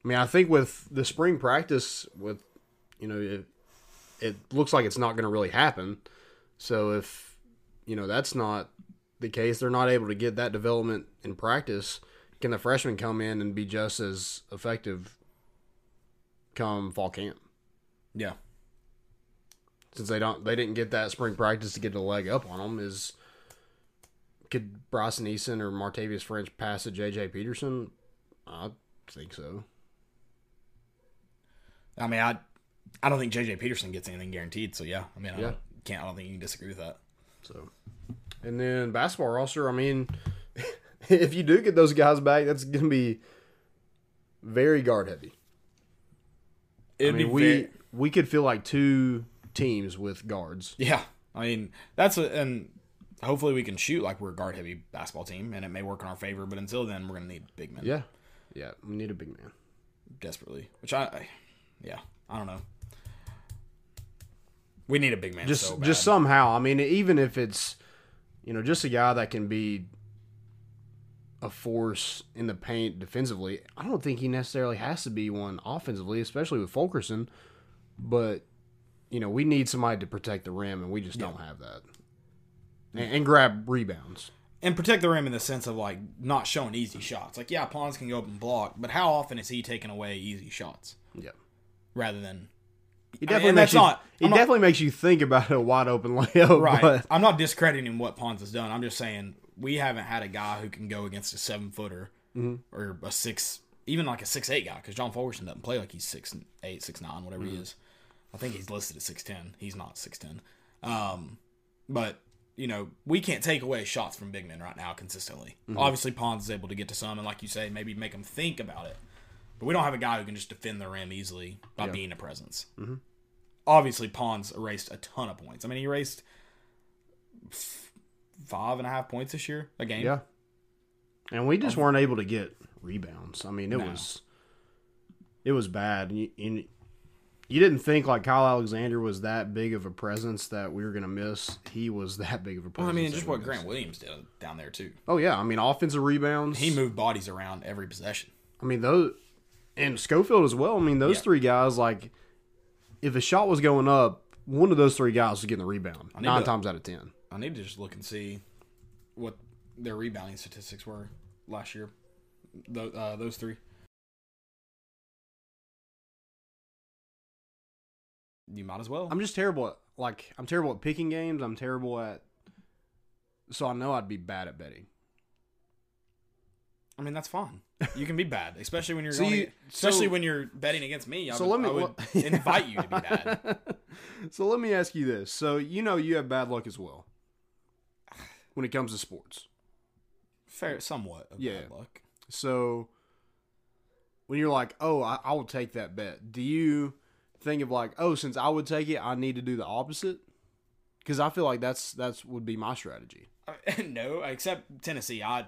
I mean, I think with the spring practice, with you know, it, it looks like it's not going to really happen. So if you know that's not the case, they're not able to get that development in practice. Can the freshmen come in and be just as effective come fall camp?
Yeah,
since they don't they didn't get that spring practice to get a leg up on them is could Bryson Eason or Martavius French pass to JJ Peterson? I think so.
I mean, I I don't think JJ Peterson gets anything guaranteed. So yeah, I mean, I
Yeah.
don't- can't. I don't think you can disagree with that.
So, and then basketball roster. I mean, if you do get those guys back, that's going to be very guard heavy. I
It'd
mean, we we could feel like two teams with guards.
Yeah, I mean that's a, and hopefully we can shoot like we're a guard heavy basketball team, and it may work in our favor. But until then, we're gonna need big men
Yeah, yeah. We need a big man.
desperately. Which I, I, yeah, I don't know. We need a big man.
just
so bad.
just somehow. I mean, even if it's you know just a guy that can be a force in the paint defensively, I don't think he necessarily has to be one offensively, especially with Fulkerson. But you know, we need somebody to protect the rim, and we just don't have that. And, and grab rebounds.
and protect the rim in the sense of like not showing easy shots. Like yeah, Pons can go up and block, but how often is he taking away easy shots
Yeah.
rather than I
He
mean,
definitely
and
makes
that's
you,
not-
he
I'm not-
definitely makes you think about a wide open layup.
right?
but-
I'm not discrediting what Pons has done. I'm just saying we haven't had a guy who can go against a seven footer or a six, even like a six eight guy because John Fulkerson doesn't play like he's six eight, six nine, whatever he is. I think he's listed at six ten. He's not six ten. Um, but you know we can't take away shots from big men right now consistently. Obviously, Pons is able to get to some, and like you say, maybe make them think about it. But we don't have a guy who can just defend the rim easily by being a presence. Obviously, Pons erased a ton of points. I mean, he erased f- five and a half points this year a game.
Yeah. And we just weren't able to get rebounds. I mean, it
No.
was it was bad. And you, and you didn't think like Kyle Alexander was that big of a presence that we were going to miss. He was that big of a presence.
Well, I mean,
that
just
we
what
missed.
Grant Williams did down there too.
Oh yeah, I mean offensive rebounds.
He moved bodies around every possession.
I mean those and Schofield as well. I mean those
Yeah.
three guys like if a shot was going up, one of those three guys was getting the rebound.
need
9
to-
times out of 10.
I need to just look and see what their rebounding statistics were last year. Those, uh, those three. You might as well.
I'm just terrible at like I'm terrible at picking games. I'm terrible at so I know I'd be bad at betting.
I mean, that's fine. You can be bad, especially when you're
So
going
you-
ag- especially
so-
when you're betting against me. I
so
would,
let me
I would
let-
invite you to be bad.
so let me ask you this. So you know you have bad luck as well when it comes to sports.
Fair, somewhat of
Yeah.
bad luck.
So when you're like, oh, I, I will take that bet. Do you think of like, oh, since I would take it, I need to do the opposite? Because I feel like that's that's would be my strategy.
Uh, no, except Tennessee. I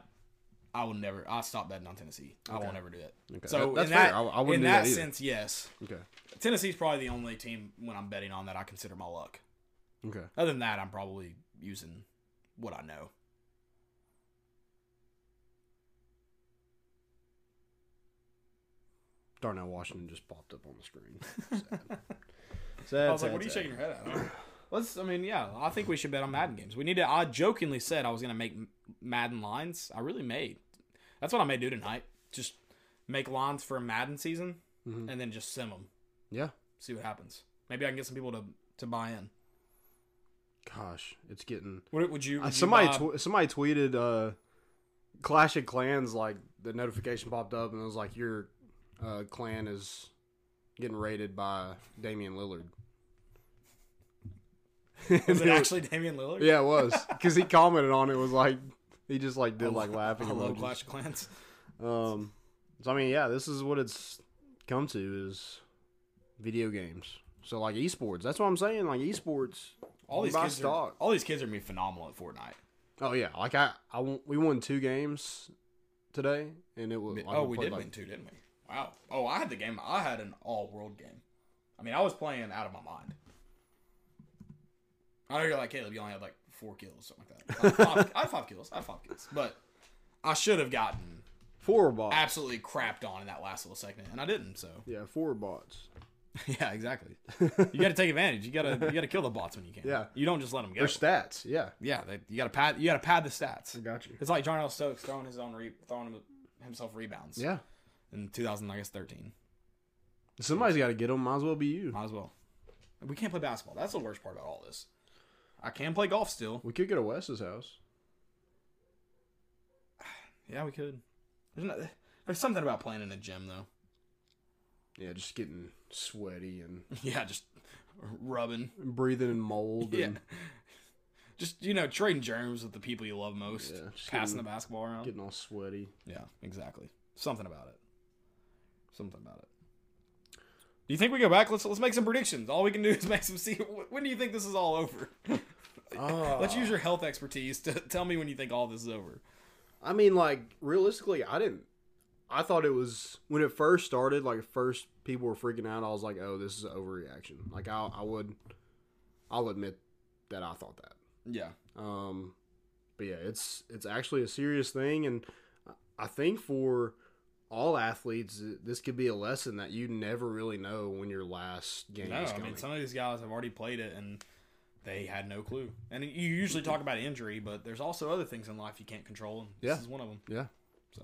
I will never. I stopped that in Tennessee. I will never do that.
Okay.
So
That- that's
in that,
fair. I- I wouldn't
in
do
that,
that either.
sense, yes.
Okay.
Tennessee's probably the only team when I'm betting on that I consider my luck.
Okay.
Other than that, I'm probably using what I know.
Darnell Washington just popped up on the screen. Sad. Sad,
I was like,
sad,
"What are you
sad.
shaking your head at?" I'm like, Let's. I mean, yeah, I think we should bet on Madden games. We need to. I jokingly said I was gonna make M- Madden lines. I really may. That's what I may do tonight. Just make lines for a Madden season, and then just send them.
Mm-hmm. Yeah.
See what happens. Maybe I can get some people to to buy in.
Gosh, it's getting.
Would, would you?
Uh,
would you
somebody
buy-
tw- somebody tweeted uh, Clash of Clans like the notification popped up and it was like your uh, clan is getting raided by Damian Lillard.
was it actually Damian Lillard?
yeah, it was because he commented on it. Was like he just like did like laughing.
I love
emojis.
Oh, Clash of Clans.
Um, so I mean, yeah, this is what it's come to is video games. So like esports, that's what I'm saying. Like esports,
All
You
these
buy
kids
stock.
are all these kids are gonna be phenomenal at Fortnite.
Oh yeah, like I, I won, we won two games today, and it was like,
oh, we
played,
did
like,
win two, didn't we? Wow. Oh, I had the game. I had an all world game. I mean, I was playing out of my mind. I know you're like Caleb. You only had like four kills, something like that. I had five, I had five kills. I had five kills, but I should have gotten
four bots.
absolutely crapped on in that last little segment, and I didn't. So
yeah, four bots.
yeah, exactly. You got to take advantage. You gotta you gotta kill the bots when you can.
Yeah.
You don't just let them go.
Their stats, yeah.
yeah, they, you gotta pad. You gotta pad the stats.
got you.
It's like Jarnell Stokes throwing his own re- throwing him- himself rebounds.
Yeah,
In 2000, I guess 13.
somebody's got to get them. Might as well be you.
Might as well. We can't play basketball. That's the worst part about all this. I can play golf still.
We could go to Wes's house.
Yeah, we could. There's, no, there's something about playing in a gym though.
Yeah, just getting sweaty and
Yeah, just rubbing.
breathing in mold.
Yeah.
and
Just you know, trading germs with the people you love most.
Yeah, just
passing
getting-
the basketball around.
getting all sweaty.
Yeah, exactly. Something about it. Something about it. Do you think we go back? Let's let's make some predictions. All we can do is make some. See when do you think this is all over? Uh, Let's use your health expertise to tell me when you think all this is over.
I mean, like realistically, I didn't. I thought it was when it first started. Like first, people were freaking out. I was like, "Oh, this is an overreaction." Like I, I would, I'll admit that I thought that.
Yeah.
Um, but yeah, it's it's actually a serious thing, and I think for all athletes, this could be a lesson that you never really know when your last game
No,
is
I
coming.
mean some of these guys have already played it and they had no clue. And you usually talk about injury, but there's also other things in life you can't control. And this
Yeah.
is one of them.
yeah,
So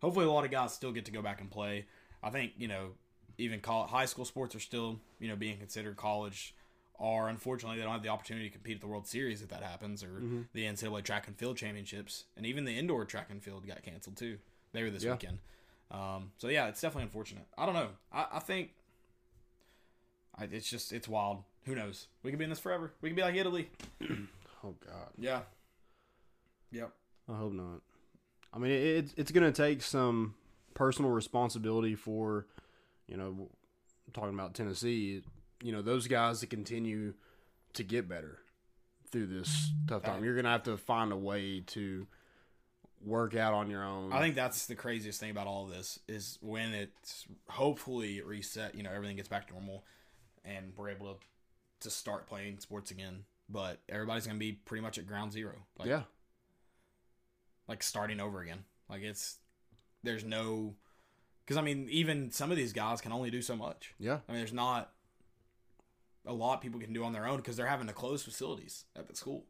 hopefully a lot of guys still get to go back and play. I think, you know, even call high school sports are still, you know, being considered college are unfortunately they don't have the opportunity to compete at the World Series if that happens or the NCAA track and field championships and even the indoor track and field got canceled too. They were this
Yeah.
weekend. Um, so yeah, it's definitely unfortunate. I don't know. I, I think I, it's just it's wild. Who knows? We could be in this forever. We could be like Italy.
oh god,
Yeah. Yep.
I hope not. I mean, it, it's it's going to take some personal responsibility for, you know, talking about Tennessee, you know, those guys to continue to get better through this tough time. You're going to have to find a way to work out on your own.
I think that's the craziest thing about all this is when it's hopefully reset, you know, everything gets back to normal and we're able to, to start playing sports again. But everybody's going to be pretty much at ground zero. Like,
yeah.
Like starting over again. Like it's, there's no, because I mean, even some of these guys can only do so much.
Yeah.
I mean, there's not a lot people can do on their own because they're having to close facilities at the school.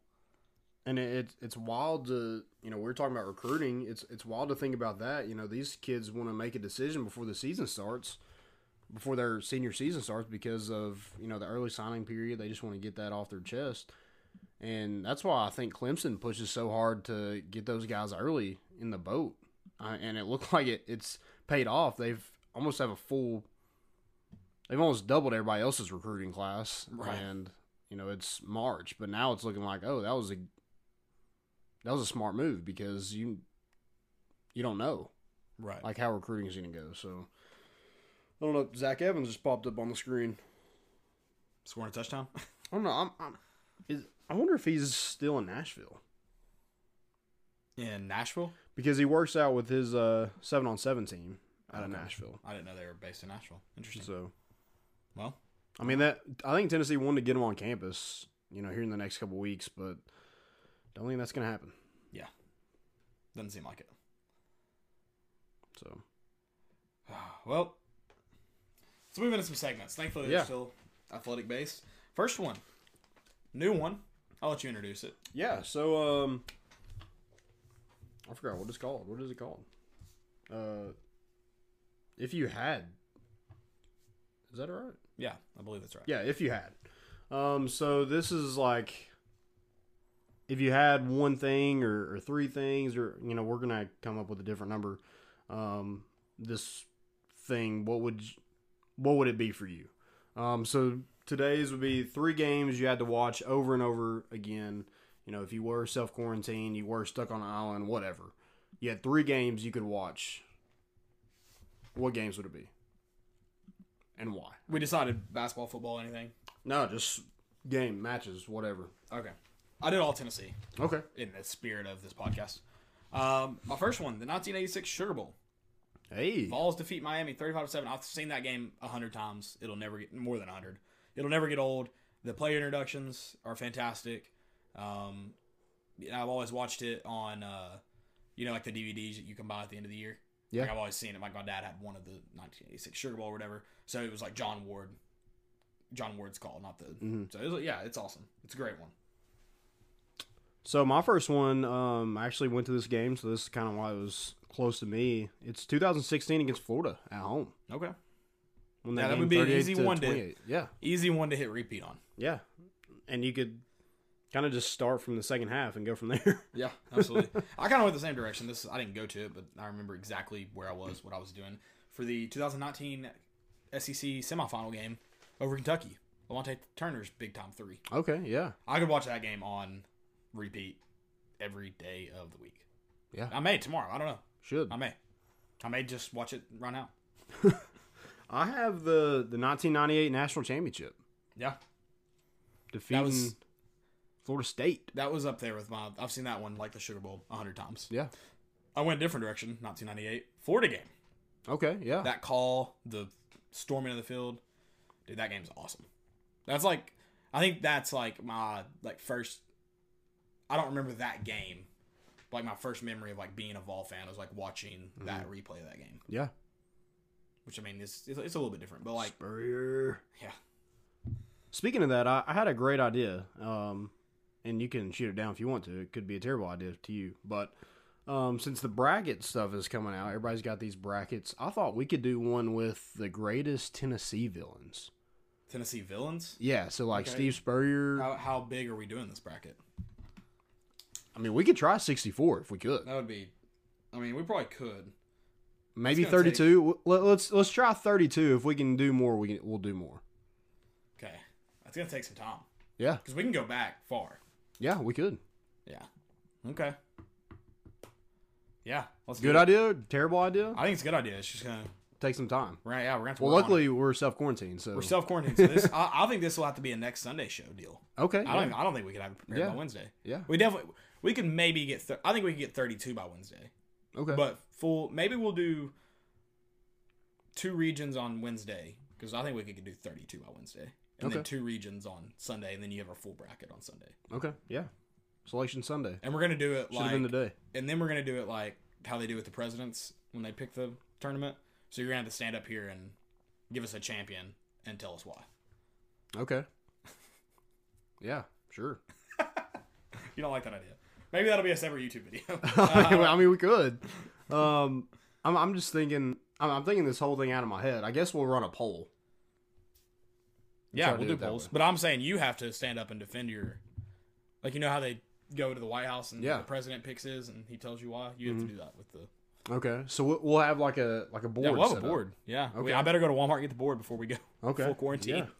And it, it's- it's wild to you know we we're talking about recruiting. It's it's wild to think about that. You know these kids want to make a decision before the season starts, before their senior season starts because of you know the early signing period. They just want to get that off their chest, and that's why I think Clemson pushes so hard to get those guys early in the boat. I, and it looked like it, it's paid off. They've almost have a full. They've almost doubled everybody else's recruiting class,
Right.
and you know it's March, but now it's looking like oh that was a that was a smart move because you you don't know
Right.
like how recruiting is going to go. So I don't know. Zach Evans just popped up on the screen.
Scoring a touchdown?
I don't know. I'm, I'm is I wonder if he's still in Nashville.
in Nashville.
because he works out with his uh, seven on seven team out of
Okay.
Nashville.
I didn't know they were based in Nashville. Interesting.
So
Well,
I mean that I think Tennessee wanted to get him on campus, you know, here in the next couple weeks, but don't think that's gonna happen.
doesn't seem like it.
So
Well, let's move into some segments. Thankfully, they're
Yeah.
still athletic based. First one, new one. I'll let you introduce it.
yeah, so um, I forgot what it's called. What is it called? Uh, if you had, is that all right?
Yeah, I believe that's right.
Yeah, if you had. Um, so this is like if you had one thing or, or three things, or you know, we're gonna come up with a different number. Um, this thing, what would y- what would it be for you? Um, so today's would be three games you had to watch over and over again. You know, if you were self quarantined, you were stuck on an island, whatever. You had three games you could watch. What games would it be? And why?
We decided basketball, football, anything.
No, just game matches, whatever.
Okay. I did all Tennessee
Okay.
in the spirit of this podcast. Um, my first one, the 1986 Sugar Bowl.
Hey.
Vols defeat Miami 35 7. I've seen that game 100 times. It'll never get more than 100. It'll never get old. The player introductions are fantastic. Um, you know, I've always watched it on, uh, you know, like the DVDs that you can buy at the end of the year.
Yeah.
Like I've always seen it. Like my dad had one of the 1986 Sugar Bowl or whatever. So it was like John Ward. John Ward's call, not the. So it was, yeah, it's awesome. It's a great one.
So my first one, um, I actually went to this game, so this is kind of why it was close to me. It's 2016 against Florida at home.
Okay.
When
Yeah, that
game
would be an
38
easy
to
one to-
28. Yeah.
Easy one to hit repeat on.
Yeah. And you could kind of just start from the second half and go from there.
Yeah, absolutely. I kind of went the same direction. This I didn't go to it, but I remember exactly where I was, what I was doing for the 2019 SEC E semifinal game over Kentucky. Levante Turner's big time three.
okay. Yeah.
I could watch that game on repeat every day of the week.
Yeah.
I may tomorrow. I don't know.
Should.
I may. I may just watch it right now.
I have the the 1998 national championship
Yeah,
defeating
was-
Florida State.
that was up there with my. I've seen that one like the Sugar Bowl a hundred times.
Yeah.
I went a different direction. 1998 Florida game.
Okay. Yeah.
that call, the storming of the field, dude, that game's awesome. That's like, I think that's like my like first. I don't remember that game, but like my first memory of like being a Vol fan was like watching that replay of that game.
yeah.
Which I mean, it's it's, it's a little bit different, but like,
Spurrier.
yeah,
Speaking of that, I, I had a great idea, um, and you can shoot it down if you want to. It could be a terrible idea to you, but um, since the bracket stuff is coming out, everybody's got these brackets. I thought we could do one with the greatest Tennessee villains.
Tennessee villains.
Yeah, so like
Okay. Uh,
Steve Spurrier.
How, how big are we doing this bracket?
I mean, we could try sixty-four if we could.
That would be, I mean, we probably could. gonna
Maybe
take-
thirty-two. W- Let, let's let's try thirty-two. If we can do more, we can, we'll do more.
Okay, that's gonna take some time
Yeah,
because we can go back far.
yeah, we could.
Yeah. Okay. Yeah, let's do
Good
it.
idea. Terrible idea.
I think it's a good idea. It's just gonna
Take some time.
right. Yeah, we're gonna. Have to
Well,
work on it.
luckily we're self quarantined, so
we're self quarantined. So this, I, I think this will have to be a next Sunday show deal.
okay.
I don't.
yeah.
I don't think we could have it prepared
Yeah.
by Wednesday.
Yeah.
We definitely. We could maybe get. Th- I think we could get thirty two by Wednesday.
Okay.
But full. Maybe we'll do two regions on Wednesday because I think we could do thirty two by Wednesday, and then
Okay.
two regions on Sunday, and then you have a full bracket on Sunday.
Okay, yeah. Selection Sunday.
And we're gonna do it
Should
like
have been today.
and then we're gonna do it like how they do with the presidents when they pick the tournament. So you're gonna have to stand up here and give us a champion and tell us why.
Okay. Yeah, sure.
You don't like that idea? Maybe that'll be a separate YouTube video. Uh,
I mean, we could. Um, I'm, I'm just thinking. I'm, I'm thinking this whole thing out of my head. I guess we'll run a poll.
yeah,
try to
we'll
do
do
it that
polls,
way.
but I'm saying you have to stand up and defend your, like you know how they go to the White House and
Yeah.
the president picks his and he tells you why. You have to do that with the
Okay, so we'll, we'll have like a like a board.
yeah, we'll have
set
a
up.
board. Yeah, We-
Okay.
I better go to Walmart and get the board before we go
Okay.
full quarantine.
Yeah.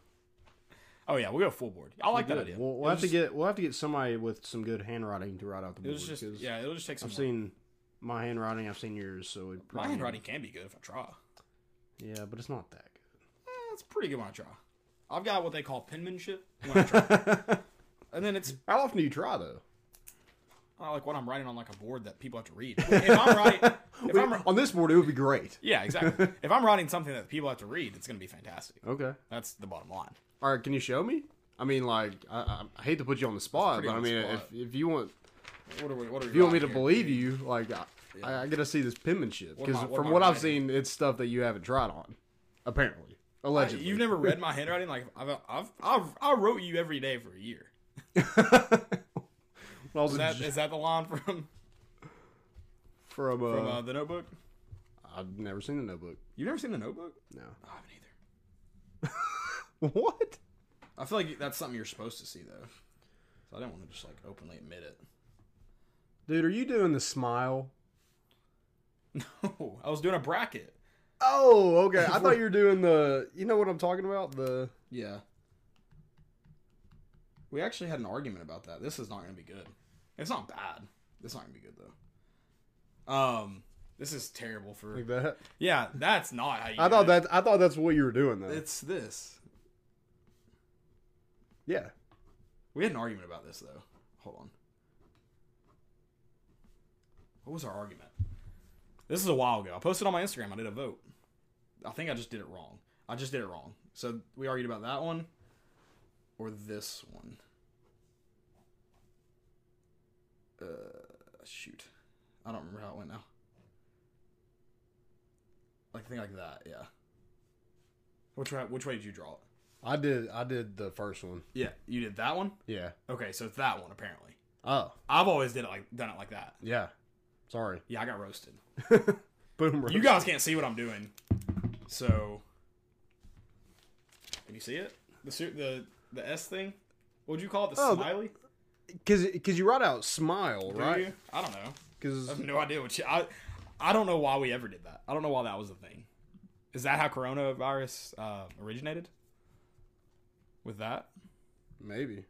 Oh yeah, we'll go full board. I like that
Good.
idea.
We'll, we'll
It'll
have to
just-
get we'll have to get somebody with some good handwriting to write out the
It
board.
was just
'cause
yeah, it'll just take some.
I've
work.
seen my handwriting. I've seen yours. So we
My
probably-
handwriting can be good if I try.
Yeah, but it's not that good.
That's pretty good when I try. I've got what they call penmanship when I try. and then it's
How often do you try though?
I like what I'm writing on like a board that people have to read. If I'm writing, if I'm,
on this board, it would be great.
yeah, exactly. If I'm writing something that people have to read, it's gonna be fantastic.
Okay.
That's the bottom line.
All right. Can you show me? I mean, like, I, I- I hate to put you on the spot,
pretty
but I
on the
mean,
spot.
if, if you want,
What are we? What are we?
if you want me to
writing here?
believe you, like, I, I, I got to see this penmanship
am
because
I- what
from
am I
what I've
writing?
seen, it's stuff that you haven't tried on, apparently, allegedly.
You've never read my handwriting? Like I've, I've, I've I wrote you every day for a year.
When I was
Is
in
that
j-
is that the line from
from, uh,
from uh, the Notebook?
I've never seen the Notebook.
You've never seen the Notebook?
No.
I haven't either.
What?
I feel like that's something you're supposed to see though, so I didn't want to just like openly admit it.
Dude, are you doing the smile?
No, I was doing a bracket.
Oh, okay. I thought you were doing the. You know what I'm talking about? The.
Yeah. We actually had an argument about that. This is not going to be good. It's not bad. It's not going to be good though. Um, this is terrible for.
Like that.
Yeah, that's not how you.
I
do
thought
it.
that. I thought that's what you were doing though.
it's this.
yeah.
We had an argument about this though. Hold on. What was our argument? This is a while ago. I posted on my Instagram. I did a vote. I think I just did it wrong. I just did it wrong. So we argued about that one or this one. Uh, shoot. I don't remember how it went now. Like I think like that, yeah. Which way, which way did you draw it?
I did. I did the first one.
Yeah, you did that one?
Yeah.
Okay, so it's that one apparently.
Oh.
I've always did it like done it like that.
Yeah. Sorry.
Yeah, I got roasted.
Boom.
You guys can't see what I'm doing, so can you see it? The su- the the S thing. What would you call it? The
Oh, the-
smiley? Do
because because you write out smile right?
you? I don't know. I
Because
have no idea what you. I I don't know why we ever did that. I don't know why that was a thing. Is that how coronavirus uh, originated? With that?
maybe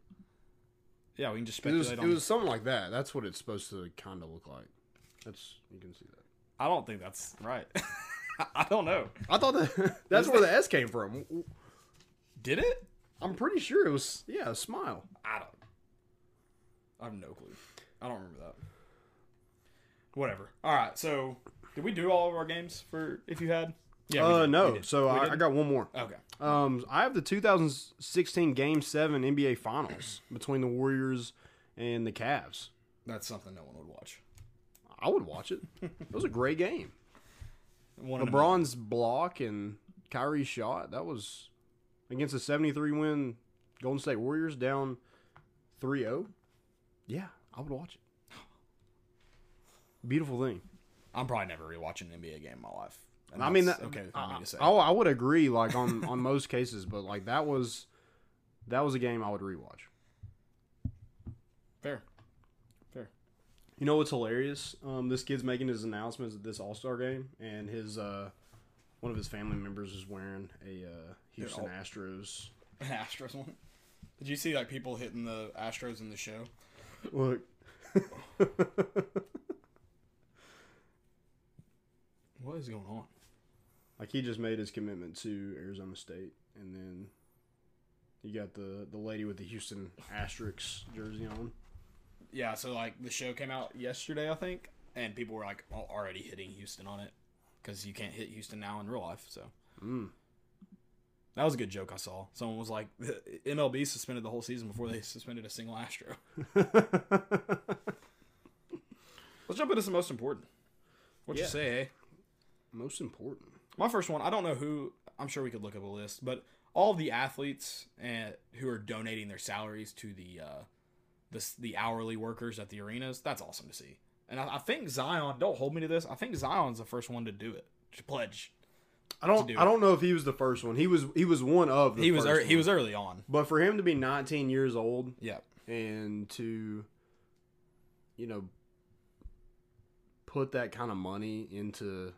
Yeah, we can just
it
speculate
was it
on.
was something like that. That's what it's supposed to kind of look like. That's you can see that.
I don't think that's right. I don't know.
I thought that that's where the S came from.
Did it?
I'm pretty sure it was yeah smile.
I don't. I have no clue. I don't remember that. Whatever. All right. So, did we do all of our games for if you had? Yeah. we
Uh
did. We
no,
did.
so
We
I,
did?
I got one more.
Okay.
Um, I have the 2016 Game Seven NBA Finals between the Warriors and the Cavs.
That's something no one would watch.
I would watch it. It was a great game.
One in a million.
LeBron's block and Kyrie's shot that was against a 73 win Golden State Warriors down 3-0. Yeah, I would watch it. Beautiful thing.
I'm probably never rewatching an NBA game in my life. And
I mean,
that's
that,
okay. for
I,
me to say.
I, I would agree, like on on most cases, but like that was that was a game I would rewatch.
Fair. Fair.
You know what's hilarious? Um, this kid's making his announcements at this All Star game, and his uh, one of his family members is wearing a uh, Houston
all-
Astros.
An Astros one. Did you see like people hitting the Astros in the show?
Look,
What is going on?
like he just made his commitment to Arizona State, and then you got the the lady with the Houston Asterix jersey on.
Yeah. So like the show came out yesterday, I think, and people were like al- already hitting Houston on it because you can't hit Houston now in real life. So.
Mm.
That was a good joke I saw. Someone was like, "The MLB suspended the whole season before they suspended a single Astro. Let's jump into some most important. What would you
Yeah.
say? eh?
Most important,
My first one. I don't know who. I'm sure we could look up a list, but all the athletes and who are donating their salaries to the uh, the s- the hourly workers at the arenas. That's awesome to see. And I, I think Zion. Don't hold me to this. I think Zion's the first one to do it. To pledge.
I don't
do
I don't know if he was the first one. He was he was er, one of the
He was
first
ear he
one.
was early on.
but for him to be 19 years old
Yeah.
and to you know put that kind of money into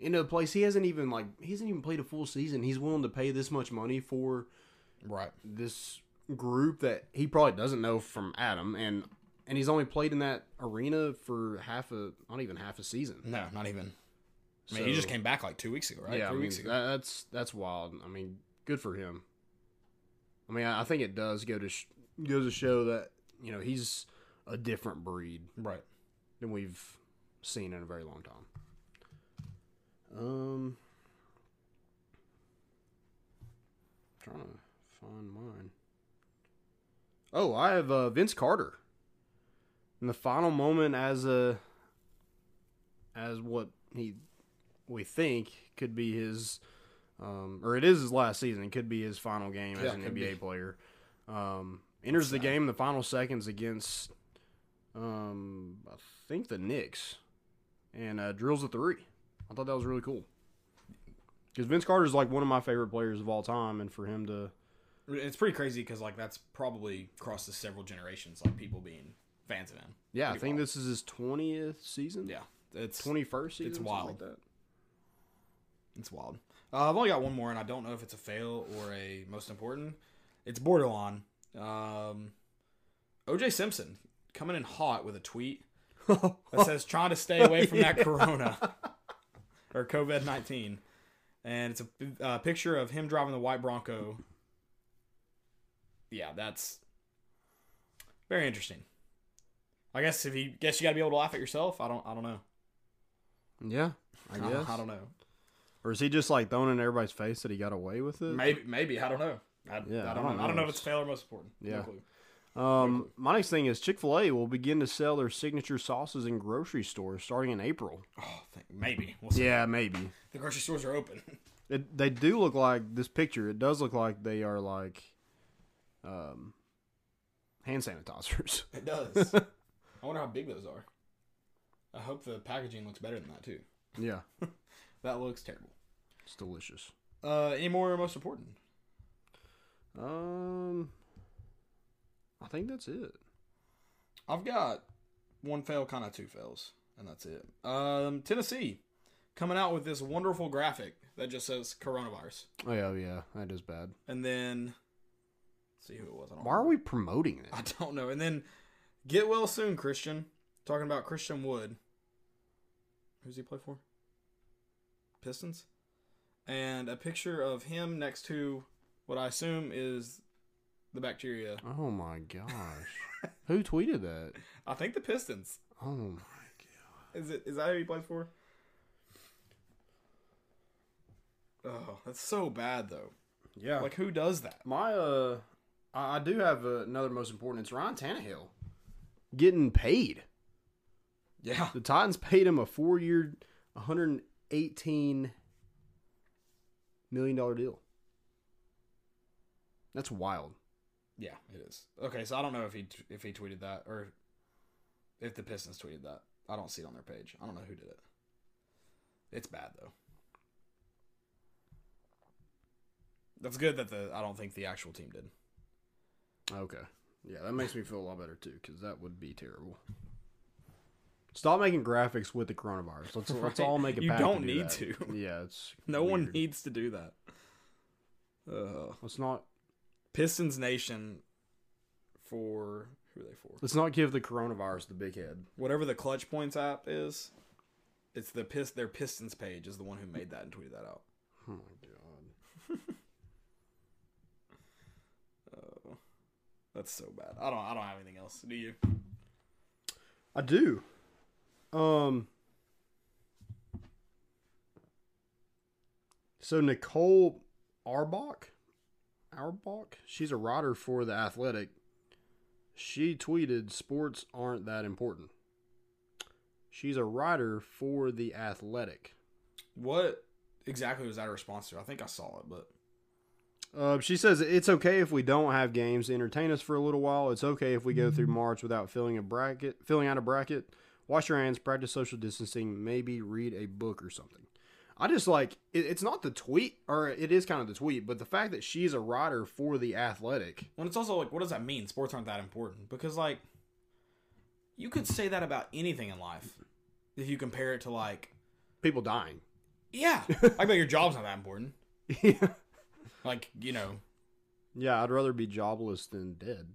into a place he hasn't even like he hasn't even played a full season he's willing to pay this much money for
Right.
this group that he probably doesn't know from adam and and he's only played in that arena for half a not even half a season
No, not even. I mean, he
So-
just came back like two weeks ago, right?
yeah I
Three
mean,
weeks ago.
that- that's that's wild i mean good for him i mean i, I think it does go to sh- goes to show that you know he's a different breed
Right.
than we've seen in a very long time. Um, trying to find mine. Oh, I have uh, Vince Carter. In the final moment, as a as what he we think could be his, um, or it is his last season. It could be his final game
Yeah,
as an
could
NBA
be.
player. Um, enters the game in the final seconds against, um, I think the Knicks, and uh, drills a three. I thought that was really cool. Because Vince Carter is like one of my favorite players of all time, and for him to
It's pretty crazy because like that's probably crosses several generations, like people being fans of him.
yeah, I
Pretty
think
wild.
this is his twentieth season.
Yeah, it's
twenty first season.
it's
something
wild.
Like that.
it's wild. Uh, I've only got one more, and I don't know if it's a fail or a most important. It's borderline. Um, OJ Simpson coming in hot with a tweet that says trying to stay away from that corona or COVID nineteen, and it's a uh, picture of him driving the white Bronco. Yeah, that's very interesting. I guess if you guess you got to be able to laugh at yourself. I don't. I don't know.
Yeah, I
I,
guess.
I don't know.
Or is he just like throwing in everybody's face that he got away with it?
Maybe, maybe I don't know. I,
Yeah,
I don't know. I don't know if it's fail or most important.
Yeah.
No clue.
Um, my next thing is Chick Fil A will begin to sell their signature sauces in grocery stores starting in April.
Oh, thank, maybe. We'll see.
Yeah, maybe.
The grocery stores are open.
It, they do look like this picture. It does look like they are like, um, hand sanitizers.
It does. I wonder how big those are. I hope the packaging looks better than that too.
yeah,
That looks terrible.
it's delicious.
Uh, any more most important?
Um, I think that's it.
I've got one fail, kind of two fails, and that's it. Um, Tennessee coming out with this wonderful graphic that just says coronavirus,
Oh yeah, yeah, that is bad.
and then let's see who it was. I don't
Why are we promoting
I
that?
don't know. And then get well soon, Christian. Talking about Christian Wood. Who's he play for? Pistons. And a picture of him next to what I assume is the bacteria.
Oh my gosh, who tweeted that?
I think the Pistons.
Oh my god.
Is it? Is that who he plays for? Oh, that's so bad though.
Yeah.
Like who does that?
My uh, I I do have uh, another most important. It's Ryan Tannehill getting paid.
Yeah.
The Titans paid him a four-year, one hundred eighteen million dollar deal. That's wild.
Yeah, it is. Okay, so I don't know if he if he tweeted that or if the Pistons tweeted that. I don't see it on their page. I don't know who did it. It's bad though. That's good that the I don't think the actual team did.
Okay. Yeah, that makes me feel a lot better too, because that would be terrible. Stop making graphics with the coronavirus. Let's
Right.
let's all make a.
You
pact to
don't
do
need
that.
to.
Yeah, it's
No one
weird.
needs to do that. Uh,
Let's not
Pistons Nation for who are they for?
let's not give the coronavirus the big head.
Whatever the Clutch Points app is, it's the pist their Pistons page is the one who made that and tweeted that out.
Oh my god.
Oh, that's so bad. I don't. I don't have anything else. Do you?
I do. Um. So Nicole Arbach, Arbach, she's a writer for the Athletic. She tweeted, "Sports aren't that important." She's a writer for the Athletic.
What exactly was that a response to? I think I saw it, but
Uh, she says it's okay if we don't have games to entertain us for a little while. It's okay if we go through March without filling a bracket, filling out a bracket. Wash your hands, practice social distancing, maybe read a book or something. I just like it, it's not the tweet, or it is kind of the tweet, but the fact that she's a writer for the Athletic.
when it's also like, what does that mean? Sports aren't that important because like, you could say that about anything in life if you compare it to like,
People dying.
yeah, I bet your job's not that important.
yeah,
Like you know,
yeah. I'd rather be jobless than dead.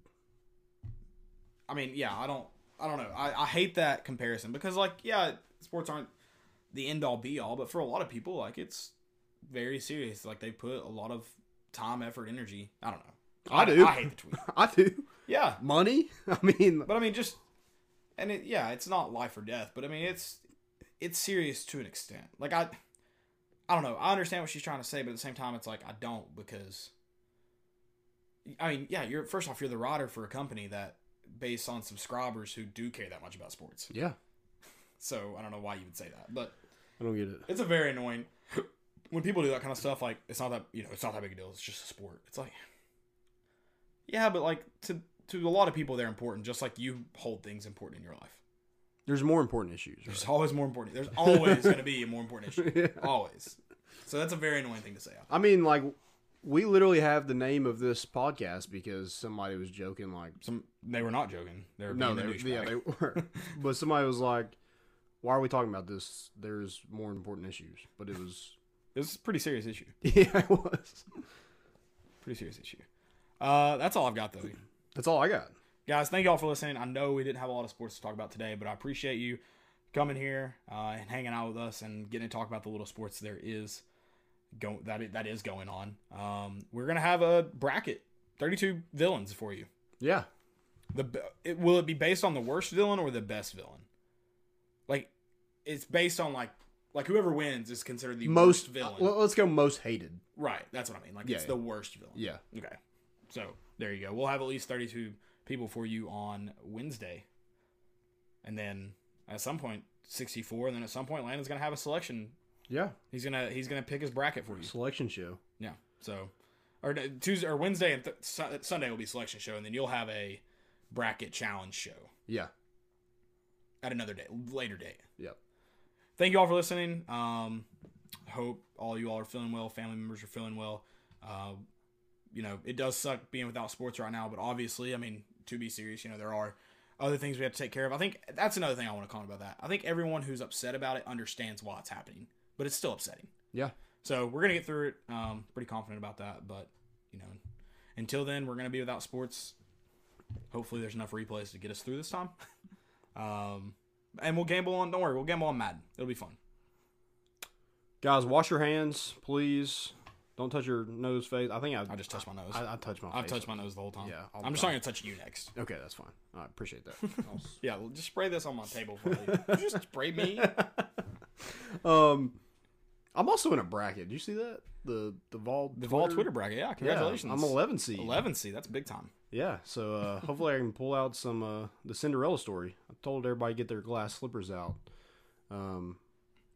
I mean, yeah, I don't, I don't know. I, I hate that comparison because like, yeah, sports aren't the end all be all, but for a lot of people, like it's very serious. Like they put a lot of time, effort, energy. I don't know.
I do.
I hate the tweet.
I do.
Yeah,
Money. I mean,
But I mean, just and it yeah, it's not life or death, but I mean it's it's serious to an extent. Like I I don't know. I understand what she's trying to say, but at the same time it's like I don't because I mean, yeah, you're first off, you're the rider for a company that based on subscribers who do care that much about sports.
Yeah,
So I don't know why you would say that, but
I don't get it.
it's a very annoying when people do that kind of stuff. Like it's not that you know it's not that big a deal. It's just a sport. It's like yeah, but like to to a lot of people they're important. Just like you hold things important in your life.
There's more important issues.
There's
right?
always more important. There's always going to be a more important issue. Always. So that's a very annoying thing to say.
I mean, like we literally have the name of this podcast because somebody was joking, like
Some they were not joking. They were
no,
being a
they, yeah,
douchebag.
they were, but somebody was like, "Why are we talking about this? There's more important issues." But it was,
This is a pretty serious issue.
yeah, it was.
Pretty serious issue. Uh, that's all I've got though.
That's all I got.
guys thank y'all for listening i know we didn't have a lot of sports to talk about today but i appreciate you coming here uh, and hanging out with us and getting to talk about the little sports there is go that i- that is going on um, we're gonna have a bracket 32 villains for you
Yeah,
the b- it, will it be based on the worst villain or the best villain like it's based on like like whoever wins is considered the
most uh,
worst villain
Well, let's go most hated.
right that's what i mean like
Yeah,
it's
yeah.
the worst villain
Yeah,
Okay. So there you go. We'll have at least 32 people for you on Wednesday. And then at some point 64 and then at some point Landon's going to have a selection.
yeah.
He's going to he's going to pick his bracket for you.
Selection show.
Yeah. So or no, Tuesday or Wednesday and th- Su- Sunday will be selection show and then you'll have a bracket challenge show
Yeah,
at another day, later date.
yep.
thank you all for listening. Um, hope all you all are feeling well. Family members are feeling well. Uh, you know, it does suck being without sports right now, but obviously, I mean, to be serious, you know, there are other things we have to take care of. I think that's another thing I want to comment about that. I think everyone who's upset about it understands why it's happening, but it's still upsetting.
Yeah.
So we're gonna get through it. Um, pretty confident about that. But you know, until then, we're gonna be without sports. Hopefully, there's enough replays to get us through this time. um, and we'll gamble on. Don't worry, we'll gamble on Madden. It'll be fun.
Guys, wash your hands, please. Don't touch your nose, face. I think I,
I just touched my nose. I,
I, I touched my
have
face.
touched my nose the whole time.
Yeah, all
I'm
the
just not gonna touch you next.
Okay, that's fine. I appreciate that.
Yeah, well, just spray this on my table for me. you just spray me.
um, I'm also in a bracket. Did you see that? The the Vol
The Vol Twitter bracket. Yeah,
Yeah,
congratulations.
I'm 11 seed.
11 C. That's big time.
Yeah, so uh, hopefully I can pull out some uh, the Cinderella story. I told everybody to get their glass slippers out. Um,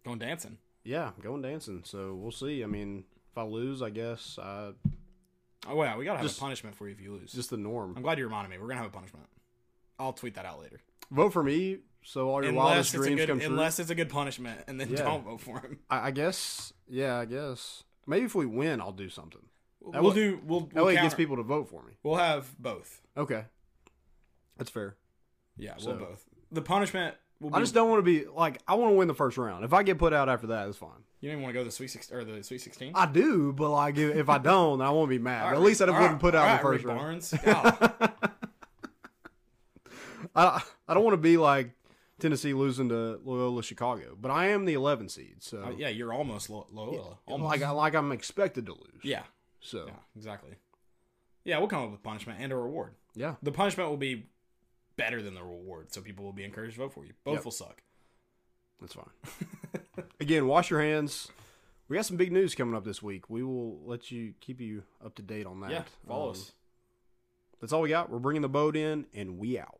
Going dancing.
yeah, I'm going dancing. So we'll see. I mean, if I lose, I guess uh,
Oh wow, we gotta have
Just-
a punishment for you if you lose.
just the norm.
I'm glad you reminded me. We're gonna have a punishment. I'll tweet that out later.
Vote for me, so all your
unless
wildest
it's a
dreams
good
come true.
unless it's a good punishment, and then
Yeah.
don't vote for him.
I, I guess. Yeah, I guess. Maybe if we win, I'll do something.
we'll
way-
do. We'll
That
we'll,
way, it
counter-
gets people to vote for me.
we'll have both.
Okay, that's fair.
Yeah,
So-
we'll both. The punishment will be.
I just don't want to be like I want to win the first round. If I get put out after that, it's fine.
you don't even want to go to the sweet six or the sweet sixteen.
I do, but like if if I don't, then I won't be mad.
All
But
right,
at least I
Reed-
wouldn't put
all
out in
right,
the first
Reed
round.
Barnes. God,
I I don't want to be like Tennessee losing to Loyola Chicago, but I am the 11 seed, so
Uh, yeah, you're almost Lo- Loyola. Almost.
like I, like I'm expected to lose.
yeah,
So
yeah, exactly. Yeah, we'll come up with punishment and a reward.
yeah,
The punishment will be better than the reward, so people will be encouraged to vote for you. Both
Yep.
will suck.
that's fine. Again, wash your hands. We got some big news coming up this week. We will let you keep you up to date on that.
Yeah, follow
Um,
us.
That's all we got. We're bringing the boat in, and we out.